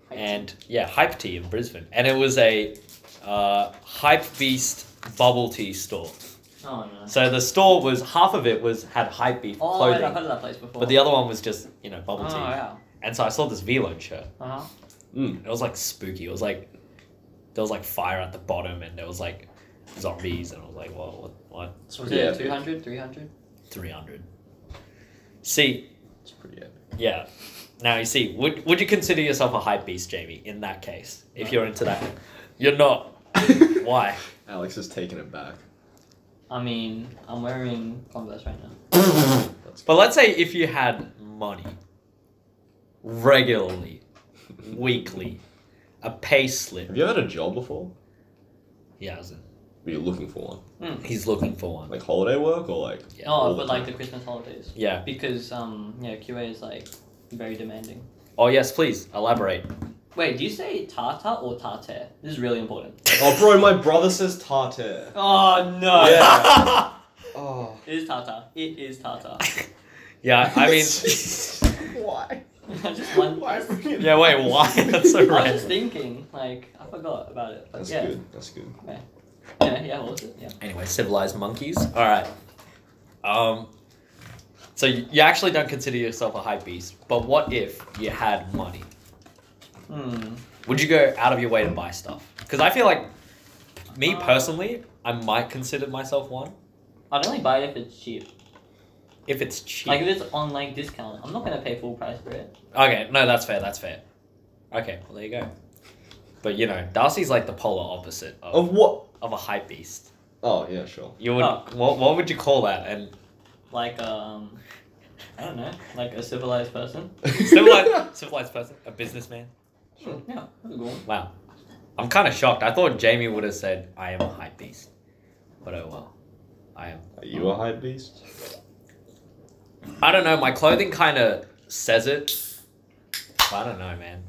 Speaker 1: Hype
Speaker 2: and yeah, Hype Tea in Brisbane, and it was a uh, Hype Beast bubble tea store.
Speaker 1: tea. Oh no.
Speaker 2: So the store was half of it was had Hype Beast
Speaker 1: Oh, wait, I've
Speaker 2: clothing,
Speaker 1: heard of that place before.
Speaker 2: but the other one was just you know
Speaker 1: oh
Speaker 2: bubble tea.
Speaker 1: yeah.
Speaker 2: And so I saw this V-Lone shirt.
Speaker 1: Uh huh.
Speaker 3: Mm.
Speaker 2: It was like spooky. It was like there was like fire at the bottom, and there was like zombies, and I was like, whoa, what, what?
Speaker 1: So was
Speaker 3: Yeah.
Speaker 1: it 200, 300?
Speaker 2: Three hundred. See,
Speaker 3: It's pretty epic.
Speaker 2: yeah. Now you see, would would you consider yourself a hype beast, Jamie? In that case, if you're into that, you're not. Why?
Speaker 3: Alex is taking it back.
Speaker 1: I mean, I'm wearing Converse right now.
Speaker 2: But let's say if you had money regularly, weekly, a pay slip.
Speaker 3: Have you ever had a job before?
Speaker 2: Yeah, as
Speaker 3: Were you looking for one?
Speaker 1: Hmm.
Speaker 2: in, he's looking for one.
Speaker 3: Like holiday work or like?
Speaker 2: Yeah.
Speaker 1: oh,
Speaker 3: all
Speaker 1: but
Speaker 3: the
Speaker 1: like the
Speaker 3: time.
Speaker 1: Christmas holidays.
Speaker 2: Yeah.
Speaker 1: Because um yeah, QA is like very demanding.
Speaker 2: Oh yes, please elaborate.
Speaker 1: Wait, do you say Tata or Tartare? This is really important.
Speaker 3: Oh, bro, my brother says tartare.
Speaker 1: Oh no.
Speaker 3: Yeah. Oh.
Speaker 1: It is Tata. It is Tata.
Speaker 2: yeah, I mean,
Speaker 3: why?
Speaker 1: just one.
Speaker 3: Why freaking-
Speaker 2: Yeah, wait, why? That's so
Speaker 1: I was
Speaker 2: random.
Speaker 1: just thinking, like, I forgot about it. But
Speaker 3: That's
Speaker 1: yeah.
Speaker 3: good. That's good.
Speaker 1: Yeah, yeah, what was it? Yeah.
Speaker 2: Anyway, civilized monkeys. All right. Um, so you you actually don't consider yourself a hype beast, but what if you had money?
Speaker 1: Hmm.
Speaker 2: Would you go out of your way to buy stuff? Because I feel like, me
Speaker 1: Uh.
Speaker 2: personally, I might consider myself one
Speaker 1: I'd only buy it if it's cheap.
Speaker 2: if it's cheap.
Speaker 1: Like, if it's on, like, discount, I'm not gonna pay full price for it.
Speaker 2: okay, no, that's fair. That's fair. Okay, well there you go. But you know, Darcy's like the polar opposite of,
Speaker 3: Of what?
Speaker 2: of a hype beast.
Speaker 3: Oh yeah, sure.
Speaker 2: You would
Speaker 1: Oh.
Speaker 2: what, what would you call that? And
Speaker 1: Like, um, I don't know, like a civilized person.
Speaker 2: civilized, civilized person, a businessman.
Speaker 1: Sure. Hmm, Yeah, that's a good one.
Speaker 2: Wow. I'm kind of shocked. I thought Jamie would have said, I am a hype beast. But oh well. I am.
Speaker 3: Are you a hype beast?
Speaker 2: I don't know. My clothing kind of says it. But I don't know, man.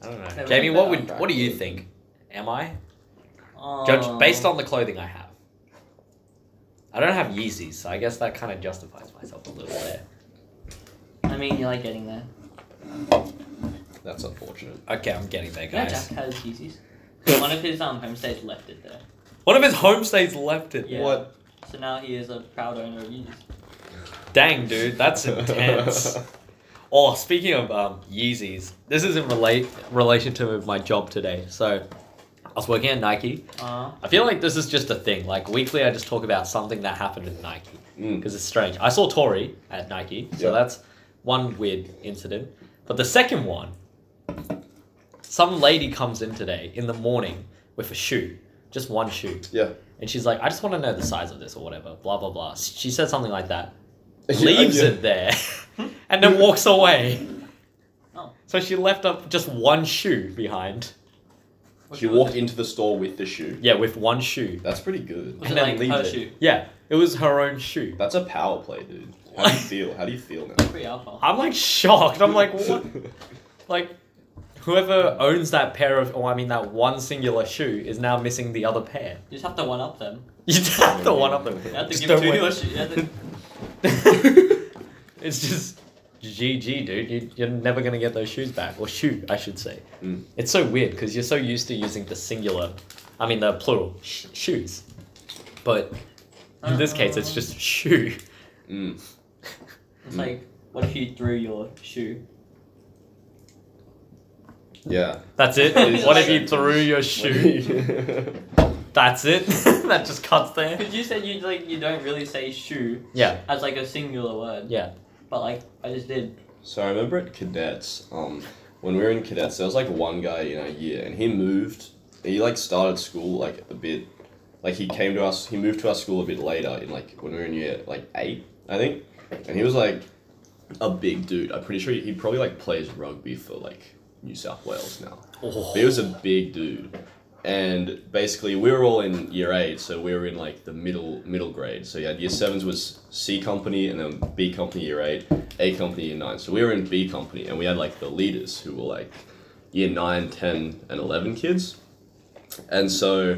Speaker 2: I don't know.
Speaker 1: Never
Speaker 2: Jamie,
Speaker 1: been
Speaker 2: what
Speaker 1: better.
Speaker 2: would what do you think? Am I?
Speaker 1: Um,
Speaker 2: Judge based on the clothing I have. I don't have Yeezys, so I guess that kind of justifies myself a little there.
Speaker 1: I mean, you like getting there.
Speaker 3: That's unfortunate.
Speaker 2: Okay, I'm getting there,
Speaker 1: You know,
Speaker 2: guys.
Speaker 1: Jack has Yeezys. one of his um homestays left it there,
Speaker 2: One of his homestays left it.
Speaker 1: Yeah.
Speaker 3: What?
Speaker 1: so now he is a proud owner of Yeezys.
Speaker 2: Dang, dude, that's intense. Oh, speaking of um, Yeezys, this is in relate relation to my job today. So, I was working at Nike.
Speaker 3: Uh-huh.
Speaker 1: Uh,
Speaker 2: I feel like this is just a thing. Like weekly, I just talk about something that happened with Nike
Speaker 3: Mm.
Speaker 2: because it's strange. I saw Tori at Nike, so
Speaker 3: Yeah.
Speaker 2: that's one weird incident. But the second one, some lady comes in today in the morning with a shoe, just one shoe,
Speaker 3: Yeah.
Speaker 2: and she's like, "I just want to know the size of this or whatever." Blah blah blah. She said something like that leaves
Speaker 3: Yeah, yeah.
Speaker 2: it there and then walks away.
Speaker 1: Oh.
Speaker 2: So she left up just one shoe behind.
Speaker 1: what
Speaker 3: She
Speaker 1: shoe was
Speaker 3: walked
Speaker 1: it?
Speaker 3: into the store with the shoe.
Speaker 2: Yeah, with one shoe.
Speaker 3: That's pretty good.
Speaker 1: Was
Speaker 2: and
Speaker 1: it
Speaker 2: then
Speaker 1: like
Speaker 3: leaves
Speaker 1: her
Speaker 3: it.
Speaker 1: shoe?
Speaker 2: Yeah, it was her own shoe.
Speaker 3: That's a power play, dude. How do you feel? How do you feel now?
Speaker 1: Pretty alpha.
Speaker 2: I'm like shocked. I'm like, what? Like, whoever owns that pair of, or I mean, that one singular shoe is now missing the other pair.
Speaker 1: You just have to one up them.
Speaker 2: You have to one up them.
Speaker 1: You have to
Speaker 2: Just
Speaker 1: give
Speaker 2: don't
Speaker 1: two
Speaker 2: wait.
Speaker 1: to a shoe. You have to-
Speaker 2: it's just GG, dude. You, you're never gonna get those shoes back, or shoe, I should say.
Speaker 3: Mm.
Speaker 2: It's so weird because you're so used to using the singular, I mean the plural sh- shoes, but in this case, it's just shoe.
Speaker 3: Mm.
Speaker 1: It's like, what if you threw your shoe?
Speaker 3: Yeah.
Speaker 2: That's it.
Speaker 1: It is
Speaker 2: what
Speaker 1: a
Speaker 2: if you
Speaker 3: sentence.
Speaker 2: threw your shoe? That's it. that just cuts there.
Speaker 1: Because you said you like you don't really say shoe
Speaker 2: Yeah,
Speaker 1: as like a singular word,
Speaker 2: yeah.
Speaker 1: but like I just did.
Speaker 3: So I remember at cadets, um, when we were in cadets, there was like one guy in our year, and he moved. He like started school like a bit, like he came to us. He moved to our school a bit later in like when we were in year like eight, I think, and he was like a big dude. I'm pretty sure he, he probably like plays rugby for like New South Wales now. But he was a big dude. And basically, we were all in year eight, so we were in like the middle middle grade. So yeah, year sevens was C company, and then B company year eight, A company year nine. So we were in B company, and we had like the leaders who were like year nine, ten, and eleven kids. And so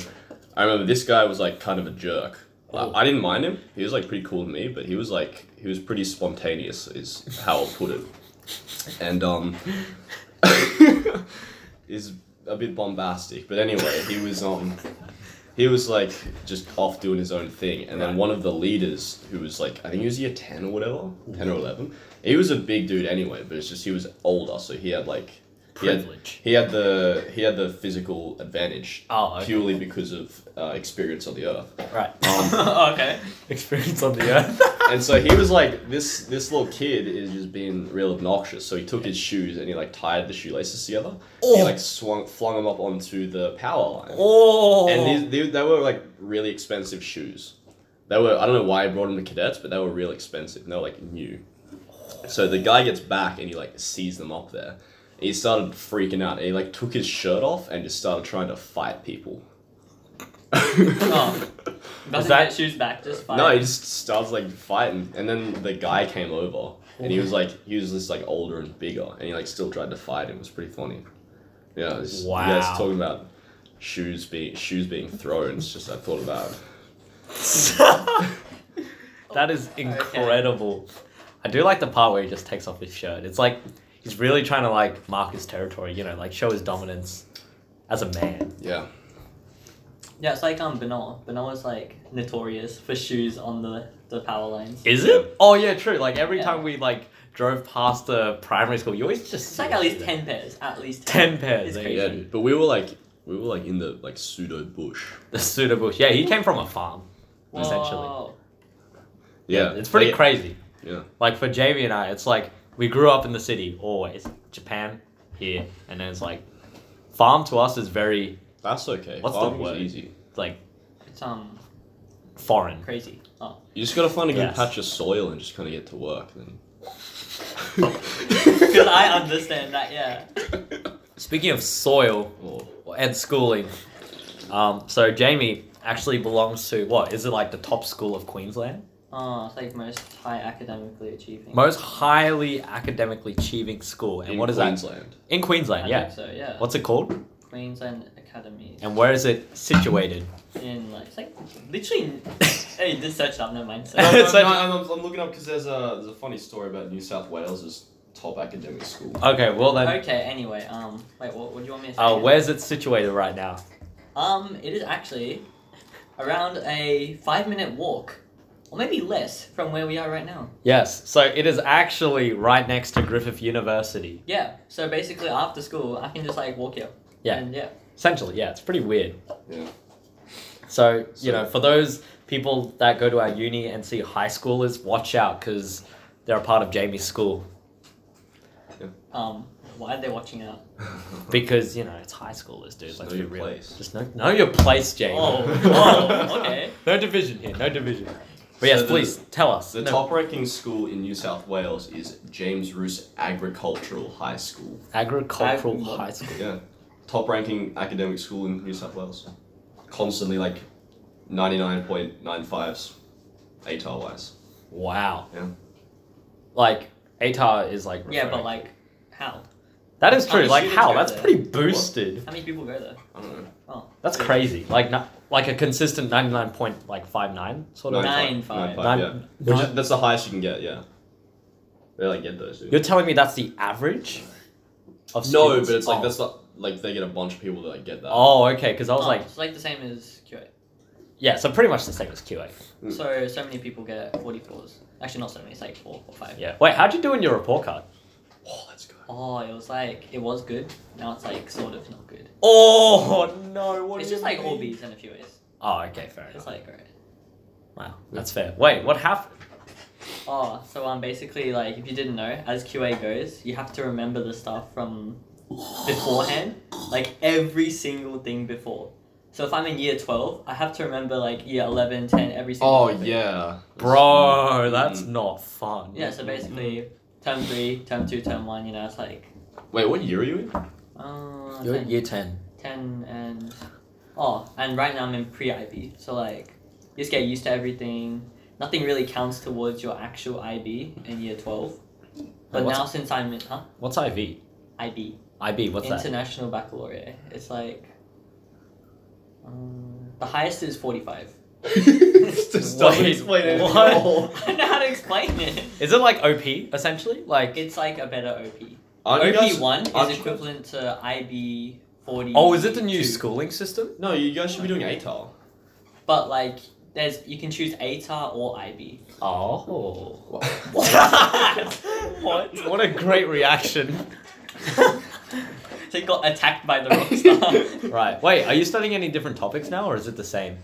Speaker 3: I remember this guy was like kind of a jerk. I- I didn't mind him. He was like pretty cool to me, but he was like he was pretty spontaneous, is how I'll put it. And um, is a bit bombastic. But anyway, he was um, he was like just off doing his own thing. And then one of the leaders, who was like I think he was year ten or whatever, ten or eleven. He was a big dude anyway, but it's just he was older, so he had like he had-
Speaker 2: Privilege.
Speaker 3: He had, the he had the physical advantage
Speaker 2: Oh, okay.
Speaker 3: purely because of uh, experience on the earth. Um,
Speaker 2: Right.
Speaker 1: Oh.
Speaker 2: Oh,
Speaker 1: okay.
Speaker 2: Experience on the earth.
Speaker 3: and so he was like, this this little kid is just being real obnoxious. So he took his shoes and he like tied the shoelaces together. He
Speaker 2: Oh.
Speaker 3: like swung flung them up onto the power line.
Speaker 2: oh.
Speaker 3: And these they, they were like really expensive shoes. They were I don't know why I brought them to cadets, but they were real expensive. and They were like new. So the guy gets back and he like sees them up there. He started freaking out. And he like took his shirt off and just started trying to fight people.
Speaker 1: Oh, does
Speaker 2: that-
Speaker 1: that shoes back? Just fine.
Speaker 3: No, he just starts like fighting, and then the guy came over, and he was like, he was just like older and bigger, and he like still tried to fight him. It was pretty funny. Yeah, it's, wow. Yeah,
Speaker 2: Wow.
Speaker 3: it's talking about shoes being shoes being thrown. It's just I thought about. it.
Speaker 2: that is incredible. I do like the part where he just takes off his shirt. It's like He's really trying to like mark his territory, you know, like show his dominance as a man.
Speaker 3: Yeah.
Speaker 1: Yeah, it's like um Benoit. Benoit's like notorious for shoes on the, the power lines.
Speaker 2: Is it? Oh yeah, true. Like every
Speaker 1: Yeah.
Speaker 2: time we like drove past the primary school, you always just
Speaker 1: It's
Speaker 2: see
Speaker 1: like at
Speaker 2: him
Speaker 1: least
Speaker 2: there.
Speaker 1: ten pairs. At least
Speaker 2: 10
Speaker 1: ten,
Speaker 2: pairs,
Speaker 1: It's
Speaker 2: there
Speaker 1: crazy.
Speaker 2: you
Speaker 3: Yeah, dude. But we were like, we were like in the like pseudo bush.
Speaker 2: The pseudo bush. Yeah, he came from a farm, essentially.
Speaker 1: Whoa.
Speaker 3: Yeah,
Speaker 2: It's pretty
Speaker 3: They-
Speaker 2: crazy.
Speaker 3: Yeah.
Speaker 2: Like for JV and I, it's like we grew up in the city always. Japan, here, and then it's like farm to us is very
Speaker 3: That's okay.
Speaker 2: What's the
Speaker 3: Farming's
Speaker 2: word?
Speaker 3: Easy.
Speaker 2: like
Speaker 1: It's um
Speaker 2: foreign.
Speaker 1: crazy. Oh.
Speaker 3: You just gotta find a good
Speaker 2: Yes.
Speaker 3: patch of soil and just kind of get to work. Then.
Speaker 1: Because I understand that, yeah.
Speaker 2: Speaking of soil
Speaker 3: Oh,
Speaker 2: and schooling, um, so Jamie actually belongs to what is it like the top school of Queensland?
Speaker 1: Oh, it's like most high academically achieving.
Speaker 2: Most highly academically achieving school, and
Speaker 3: in
Speaker 2: what is
Speaker 3: Queensland.
Speaker 2: that? In Queensland,
Speaker 1: I
Speaker 2: yeah.
Speaker 1: think so, yeah.
Speaker 2: What's it called?
Speaker 1: Queensland Academy.
Speaker 2: And where is it situated?
Speaker 1: in like it's like literally hey just search that never mind so,
Speaker 3: No,
Speaker 2: It's
Speaker 3: no, no,
Speaker 2: like-
Speaker 3: I'm, I'm- I'm looking up because there's a there's a funny story about New South Wales' top academic school.
Speaker 2: Okay, well then,
Speaker 1: okay anyway um wait what, what do you want me to say
Speaker 2: uh, where's it situated right now?
Speaker 1: um it is actually around a five minute walk or maybe less from where we are right now
Speaker 2: Yes, so it is actually right next to Griffith University.
Speaker 1: yeah so basically after school i can just like walk here
Speaker 2: Yeah.
Speaker 1: and yeah
Speaker 2: Essentially, yeah, it's pretty weird.
Speaker 3: Yeah.
Speaker 2: So, you
Speaker 3: So-
Speaker 2: know, for those people that go to our uni and see high schoolers, watch out because they're a part of Jamie's school
Speaker 1: um why are they watching out
Speaker 2: because, you know, it's high schoolers, dude.
Speaker 3: Just
Speaker 2: Let's
Speaker 3: know
Speaker 2: be
Speaker 3: your
Speaker 2: real.
Speaker 3: place.
Speaker 2: Just know, know your place, Jamie.
Speaker 1: oh whoa okay
Speaker 2: No division here, no division. But yes,
Speaker 3: So the-
Speaker 2: please tell us.
Speaker 3: The
Speaker 2: No,
Speaker 3: top ranking school in New South Wales is James Roos Agricultural High School.
Speaker 2: agricultural
Speaker 1: Ag-
Speaker 2: high school.
Speaker 3: Yeah. Top ranking academic school in New South Wales. Constantly like 99.95s ATAR wise.
Speaker 2: Wow.
Speaker 3: Yeah.
Speaker 2: Like, ATAR is like.
Speaker 1: yeah but
Speaker 2: referring-
Speaker 1: like how
Speaker 2: That is
Speaker 1: how
Speaker 2: true.
Speaker 1: many
Speaker 2: Like,
Speaker 1: students
Speaker 2: how?
Speaker 1: go
Speaker 2: That's
Speaker 1: there?
Speaker 2: pretty boosted.
Speaker 1: how many people go there Oh.
Speaker 3: I don't know.
Speaker 2: That's
Speaker 1: Yeah.
Speaker 2: crazy. Like not, like a consistent ninety nine point like five nine sort of.
Speaker 1: Nine.
Speaker 3: five.
Speaker 1: five.
Speaker 2: Nine-
Speaker 3: yeah.
Speaker 2: nine-
Speaker 3: Which is, that's the highest you can get, yeah. They like get those. Dude.
Speaker 2: You're telling me that's the average. Of
Speaker 3: No,
Speaker 2: students?
Speaker 3: but it's like
Speaker 2: Oh.
Speaker 3: that's not like they get a bunch of people that like get that.
Speaker 2: Oh, okay. Because I was
Speaker 1: Oh,
Speaker 2: like,
Speaker 1: it's like the same as QA
Speaker 2: yeah. So pretty much the same as QA.
Speaker 3: Mm.
Speaker 1: so so many people get 44s actually not so many it's like four or five
Speaker 2: Yeah. Wait, how'd you do in your report card?
Speaker 3: Oh, let's go.
Speaker 1: Oh, it was like it was good. Now it's like sort of not good.
Speaker 2: Oh no! What
Speaker 1: it's
Speaker 2: do
Speaker 1: just
Speaker 2: you
Speaker 1: like all
Speaker 2: mean?
Speaker 1: B's in a few ways.
Speaker 2: Oh, okay. Fair
Speaker 1: It's
Speaker 2: enough.
Speaker 1: like alright.
Speaker 2: Wow, that's fair. Wait, what happened?
Speaker 1: Oh, so um, basically like if you didn't know, as QA goes, you have to remember the stuff from beforehand, like every single thing before. So if I'm in year twelve, I have to remember like year 11, 10, every single.
Speaker 3: Oh
Speaker 1: thing.
Speaker 3: yeah.
Speaker 2: Bro, that's not fun.
Speaker 1: Yeah. So basically, term three, term two, term one. You know, it's like.
Speaker 3: Wait, what year are you in?
Speaker 1: Uh,
Speaker 2: You're at
Speaker 1: 10,
Speaker 2: year ten.
Speaker 1: 10 and oh and right now i'm in pre-ib so like you just get used to everything nothing really counts towards your actual ib in year 12 but
Speaker 2: And what's-
Speaker 1: now since i'm in huh
Speaker 2: What's IV?
Speaker 1: ib
Speaker 2: IB. What's that?
Speaker 1: international baccalaureate it's like um, the highest is 45
Speaker 3: Just don't
Speaker 2: Wait,
Speaker 3: explain it.
Speaker 2: what?
Speaker 1: i don't know how to explain it
Speaker 2: Is it like OP essentially? Like
Speaker 1: it's like a better op
Speaker 3: Aren't you guys-
Speaker 1: op1
Speaker 3: aren't
Speaker 1: is
Speaker 3: you-
Speaker 1: equivalent to ib 40
Speaker 2: oh, is it the new schooling system?
Speaker 3: No, you guys should be doing ATAR.
Speaker 1: but like there's you can choose atar or ib
Speaker 2: Oh.
Speaker 1: What?
Speaker 2: What? What a great reaction.
Speaker 1: So you got attacked by the rock star.
Speaker 2: Right. Wait, are you studying any different topics now or is it the same?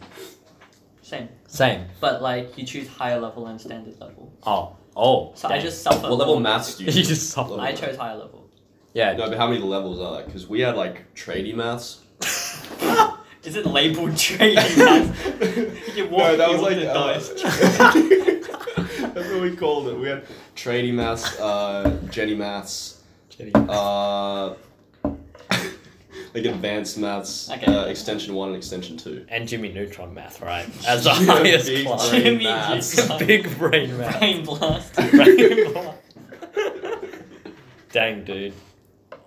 Speaker 1: Same.
Speaker 2: Same.
Speaker 1: But like you choose higher level and standard level.
Speaker 2: Oh. Oh.
Speaker 1: So I
Speaker 2: damn.
Speaker 1: just suffer.
Speaker 3: What level maths do you?
Speaker 2: Uh, You just suck.
Speaker 1: I chose higher level.
Speaker 2: Yeah.
Speaker 3: No, but how many levels are that? Because we had like tradie maths.
Speaker 1: Is it labeled trading maths? You walk- you walk the
Speaker 3: uh, that's what we called it. We had tradie maths, uh, Jenny maths, uh,
Speaker 2: Oh.
Speaker 3: like advanced maths,
Speaker 1: Okay.
Speaker 3: uh, extension one and extension two.
Speaker 2: And Jimmy Neutron math, right? As the
Speaker 3: Yeah,
Speaker 2: highest
Speaker 3: big
Speaker 2: class.
Speaker 3: brain
Speaker 1: Jimmy
Speaker 3: maths.
Speaker 1: Neutron.
Speaker 2: Big brain math.
Speaker 1: Brain blast.
Speaker 2: Brain blast. Dang, dude.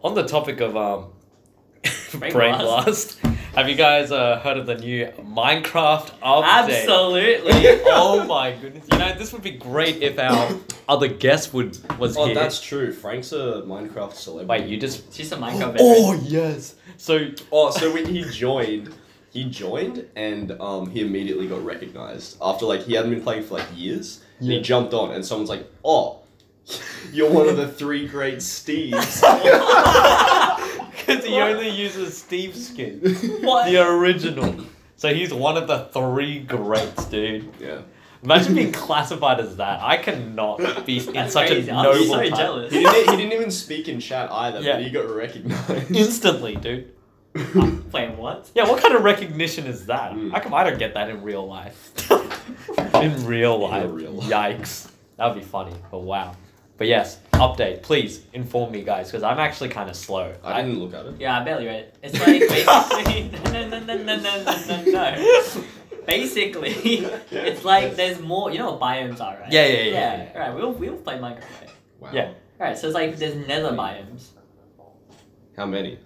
Speaker 2: On the topic of um, brain,
Speaker 1: Brain
Speaker 2: blast. Have you guys uh, heard of the new Minecraft update?
Speaker 1: Absolutely.
Speaker 2: oh my goodness! You know this would be great if our other guest would was
Speaker 3: Oh,
Speaker 2: here.
Speaker 3: that's true. Frank's a Minecraft celebrity.
Speaker 2: Wait, you just
Speaker 1: She's a Minecraft
Speaker 2: Oh
Speaker 1: veteran.
Speaker 2: yes. So
Speaker 3: Oh, so when he joined, he joined and um, he immediately got recognized after like he hadn't been playing for like years. And he
Speaker 2: Yeah.
Speaker 3: jumped on, and someone's like, "Oh, you're one of the three great Steves."
Speaker 2: because he only uses Steve's skin,
Speaker 1: What?
Speaker 2: the original. So he's one of the three greats, dude.
Speaker 3: yeah.
Speaker 2: Imagine being classified as that. I cannot be in
Speaker 1: That's
Speaker 2: such
Speaker 1: crazy.
Speaker 2: a
Speaker 1: I'm
Speaker 2: noble.
Speaker 1: so
Speaker 2: type.
Speaker 1: jealous.
Speaker 3: He didn't, e, he didn't even speak in chat either,
Speaker 2: Yeah.
Speaker 3: but he got recognized.
Speaker 2: Instantly, dude.
Speaker 1: Wait, what?
Speaker 2: Yeah, what kind of recognition is that?
Speaker 3: Mm.
Speaker 2: How come I don't get that in real life? in real life.
Speaker 3: real life.
Speaker 2: Yikes. That would be funny, but wow. But yes, update. Please inform me, guys, because I'm actually kind of slow.
Speaker 3: I didn't look at it.
Speaker 1: Yeah, I barely read it. It's like basically no no no no no no no no. Basically, it's like there's more. You know what biomes are, right?
Speaker 2: Yeah, yeah, yeah, yeah, yeah.
Speaker 1: Right. We'll we'll play Minecraft. Right?
Speaker 3: Wow.
Speaker 2: Yeah.
Speaker 1: Alright, so it's like there's nether biomes.
Speaker 3: How many?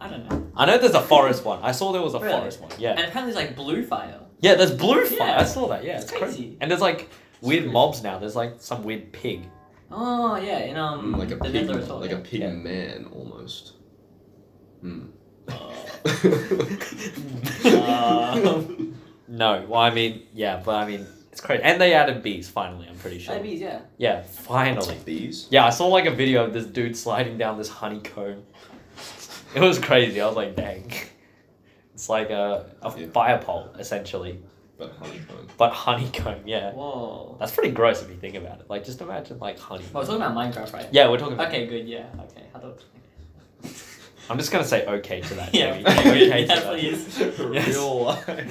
Speaker 1: I don't know.
Speaker 2: I know there's a forest one. I saw there was a
Speaker 1: Really?
Speaker 2: forest one. Yeah.
Speaker 1: And apparently there's like blue fire.
Speaker 2: yeah, there's blue fire.
Speaker 1: Yeah.
Speaker 2: I saw that. Yeah,
Speaker 1: It's
Speaker 2: it's, crazy.
Speaker 1: crazy.
Speaker 2: And there's like weird
Speaker 3: crazy.
Speaker 2: mobs now. There's like some weird pig.
Speaker 1: Oh yeah, in um
Speaker 3: Mm, like a
Speaker 1: the
Speaker 3: pig,
Speaker 1: nether as well.
Speaker 3: like
Speaker 1: yeah. Uh,
Speaker 3: a pig
Speaker 2: Yeah.
Speaker 3: man almost. Hmm.
Speaker 1: Um.
Speaker 2: No, well, I mean, yeah, but I mean, it's crazy. And they added bees finally, I'm pretty sure.
Speaker 1: That'd be- yeah.
Speaker 2: Yeah, finally.
Speaker 3: Bees.
Speaker 2: Yeah, I saw like a video of this dude sliding down this honeycomb. It was crazy. I was like, dang. It's like a, a
Speaker 3: Yeah.
Speaker 2: fire pole, essentially,
Speaker 3: But honeycomb.
Speaker 2: but honeycomb, yeah.
Speaker 1: Whoa.
Speaker 2: That's pretty gross if you think about it. Like, just imagine, like, honey.
Speaker 1: Well, we're talking about Minecraft, right?
Speaker 2: Yeah, we're talking about.
Speaker 1: Okay, good. Yeah. Okay. I thought.
Speaker 2: I'm just going to say okay to that.
Speaker 1: Yeah.
Speaker 2: Jamie. Okay to
Speaker 1: Yeah,
Speaker 2: that.
Speaker 1: please.
Speaker 3: Real life.
Speaker 2: And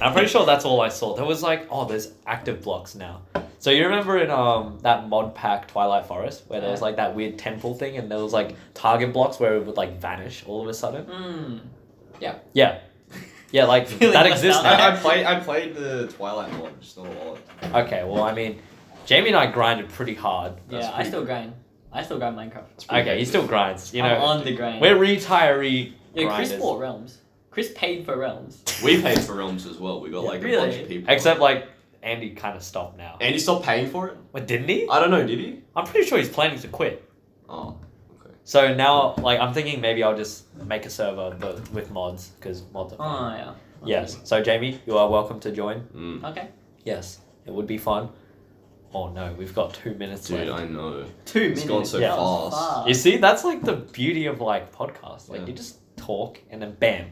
Speaker 2: I'm pretty sure that's all I saw. There was like, oh, there's active blocks now. So you remember in um that mod pack Twilight Forest where there was like that weird temple thing and there was like target blocks where it would like vanish all of a sudden.
Speaker 1: Mm.
Speaker 2: Yeah, yeah, like
Speaker 1: Feeling
Speaker 2: that
Speaker 1: left
Speaker 2: exists.
Speaker 1: out.
Speaker 2: now.
Speaker 3: I, I played. I played the Twilight mod, just not a lot.
Speaker 2: Okay, well I mean, Jamie and I grinded pretty hard.
Speaker 1: Yeah.
Speaker 3: That's
Speaker 1: I
Speaker 3: pretty-
Speaker 1: still grind. I still grind Minecraft.
Speaker 3: It's pretty
Speaker 2: Okay, he
Speaker 3: good.
Speaker 2: still grinds. You
Speaker 1: I'm
Speaker 2: know,
Speaker 1: on the grind.
Speaker 2: we're retiree
Speaker 1: Yeah, Chris
Speaker 2: grinders.
Speaker 1: bought realms. Chris paid for realms.
Speaker 3: We paid for realms as well. We got
Speaker 2: Yeah,
Speaker 3: like a
Speaker 1: really?
Speaker 3: bunch of people.
Speaker 2: Except like Andy kind of stopped now.
Speaker 3: and he stopped paying for it.
Speaker 2: But didn't he?
Speaker 3: I don't know. Did he?
Speaker 2: I'm pretty sure he's planning to quit.
Speaker 3: Oh, okay.
Speaker 2: So now, like, I'm thinking maybe I'll just make a server but with mods because mods are fun.
Speaker 1: Oh yeah.
Speaker 2: yes. So Jamie, you are welcome to join.
Speaker 3: Mm.
Speaker 1: Okay.
Speaker 2: Yes, it would be fun. Oh no, we've got two minutes
Speaker 3: Dude,
Speaker 2: left.
Speaker 3: I know.
Speaker 1: Two minutes.
Speaker 3: It's gone so
Speaker 1: That
Speaker 2: fast.
Speaker 1: was
Speaker 2: You see, that's like the beauty of like podcasts. Like
Speaker 3: Yeah.
Speaker 2: you just talk and then bam.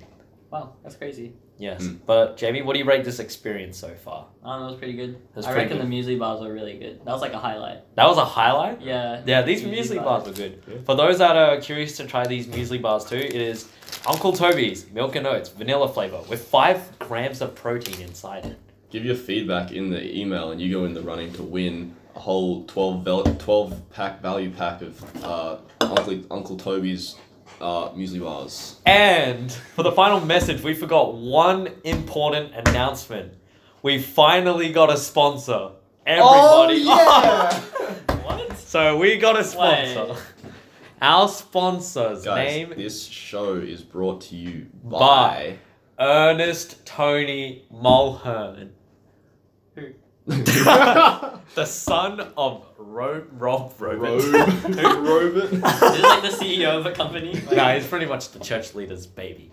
Speaker 1: Wow, that's crazy.
Speaker 2: Yes.
Speaker 3: Mm.
Speaker 2: But Jamie, what do you rate this experience so far?
Speaker 1: Um, that was pretty good.
Speaker 2: That's
Speaker 1: I
Speaker 2: pretty
Speaker 1: reckon
Speaker 2: good.
Speaker 1: the muesli bars were really good. That was like a highlight.
Speaker 2: That was a highlight.
Speaker 1: Yeah.
Speaker 2: Yeah, these
Speaker 1: Muesli
Speaker 2: muesli bars were good. For those that are curious to try these muesli bars too, it is Uncle Toby's milk and oats vanilla flavor with five grams of protein inside it.
Speaker 3: Give your feedback in the email, and you go in the running to win a whole 12, val- 12 pack value pack of uh, Uncle Uncle Toby's uh, muesli bars.
Speaker 2: And for the final message, we forgot one important announcement. We finally got a sponsor. Everybody.
Speaker 1: Oh, What?
Speaker 2: so we got a sponsor.
Speaker 1: Wait.
Speaker 2: Our sponsor's
Speaker 3: Guys,
Speaker 2: name
Speaker 3: this show is brought to you by,
Speaker 2: By- Ernest Tony Mulhern. the son of Ro- Rob Robert.
Speaker 3: Robe.
Speaker 1: This is like the E CEO of a company. Like,
Speaker 2: no, he's pretty much the church leader's baby.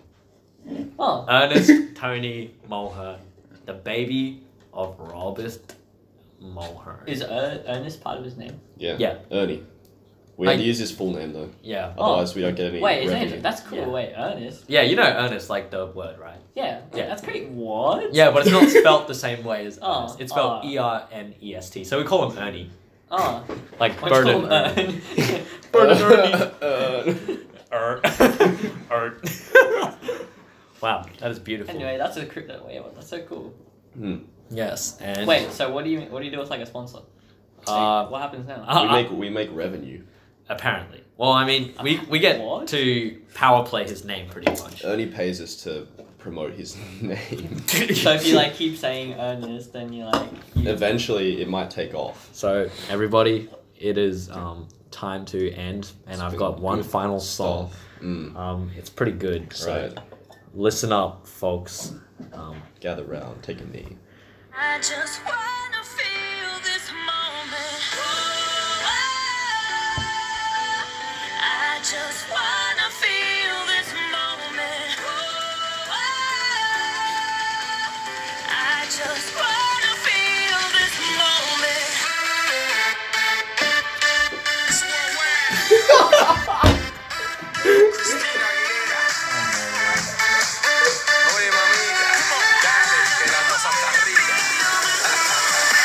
Speaker 1: Oh.
Speaker 2: Ernest Tony Mulhern, the baby of Robert Mulhern.
Speaker 1: Is er- Ernest part of his name?
Speaker 3: Yeah.
Speaker 2: Yeah.
Speaker 3: Ernie. We
Speaker 2: I-
Speaker 3: had to use his full name though,
Speaker 2: yeah.
Speaker 3: otherwise we don't get any
Speaker 1: Wait, his
Speaker 3: revenue.
Speaker 1: name? That's cool.
Speaker 2: Yeah.
Speaker 1: Wait, Ernest.
Speaker 2: Yeah, you know Ernest, like the word, right?
Speaker 1: Yeah.
Speaker 2: Yeah.
Speaker 1: That's great. What?
Speaker 2: Yeah, but it's not spelt the same way as
Speaker 1: Oh,
Speaker 2: Ernest. It's spelled
Speaker 1: oh.
Speaker 2: E R N E S T. So we call him Ernie.
Speaker 1: Oh.
Speaker 2: Like
Speaker 1: Why don't you
Speaker 2: Bernard.
Speaker 1: call him Ern?
Speaker 2: Bernard.
Speaker 3: Ernie.
Speaker 2: Er. er. wow, that is beautiful.
Speaker 1: Anyway, that's a cr- wait. What? That's so cool.
Speaker 3: Hmm.
Speaker 2: Yes, and
Speaker 1: Wait. So what do you what do you do with like a sponsor?
Speaker 2: Uh,
Speaker 1: Like, what happens now?
Speaker 2: uh,
Speaker 3: we
Speaker 2: uh,
Speaker 3: make we make revenue.
Speaker 2: apparently. Well, I mean, we we get
Speaker 1: What?
Speaker 2: to power play his name pretty much.
Speaker 3: Ernie pays us to promote his name.
Speaker 1: So if you like keep saying Ernest, then you like you,
Speaker 3: Eventually, it might take off.
Speaker 2: So everybody, it is um, time to end, and I've got one final song.
Speaker 3: Mm.
Speaker 2: Um, it's pretty good. So
Speaker 3: Right.
Speaker 4: listen up, folks. Um,
Speaker 3: Gather round, take a knee.
Speaker 5: I just wanna feel this moment. Oh, I just wanna. Oh,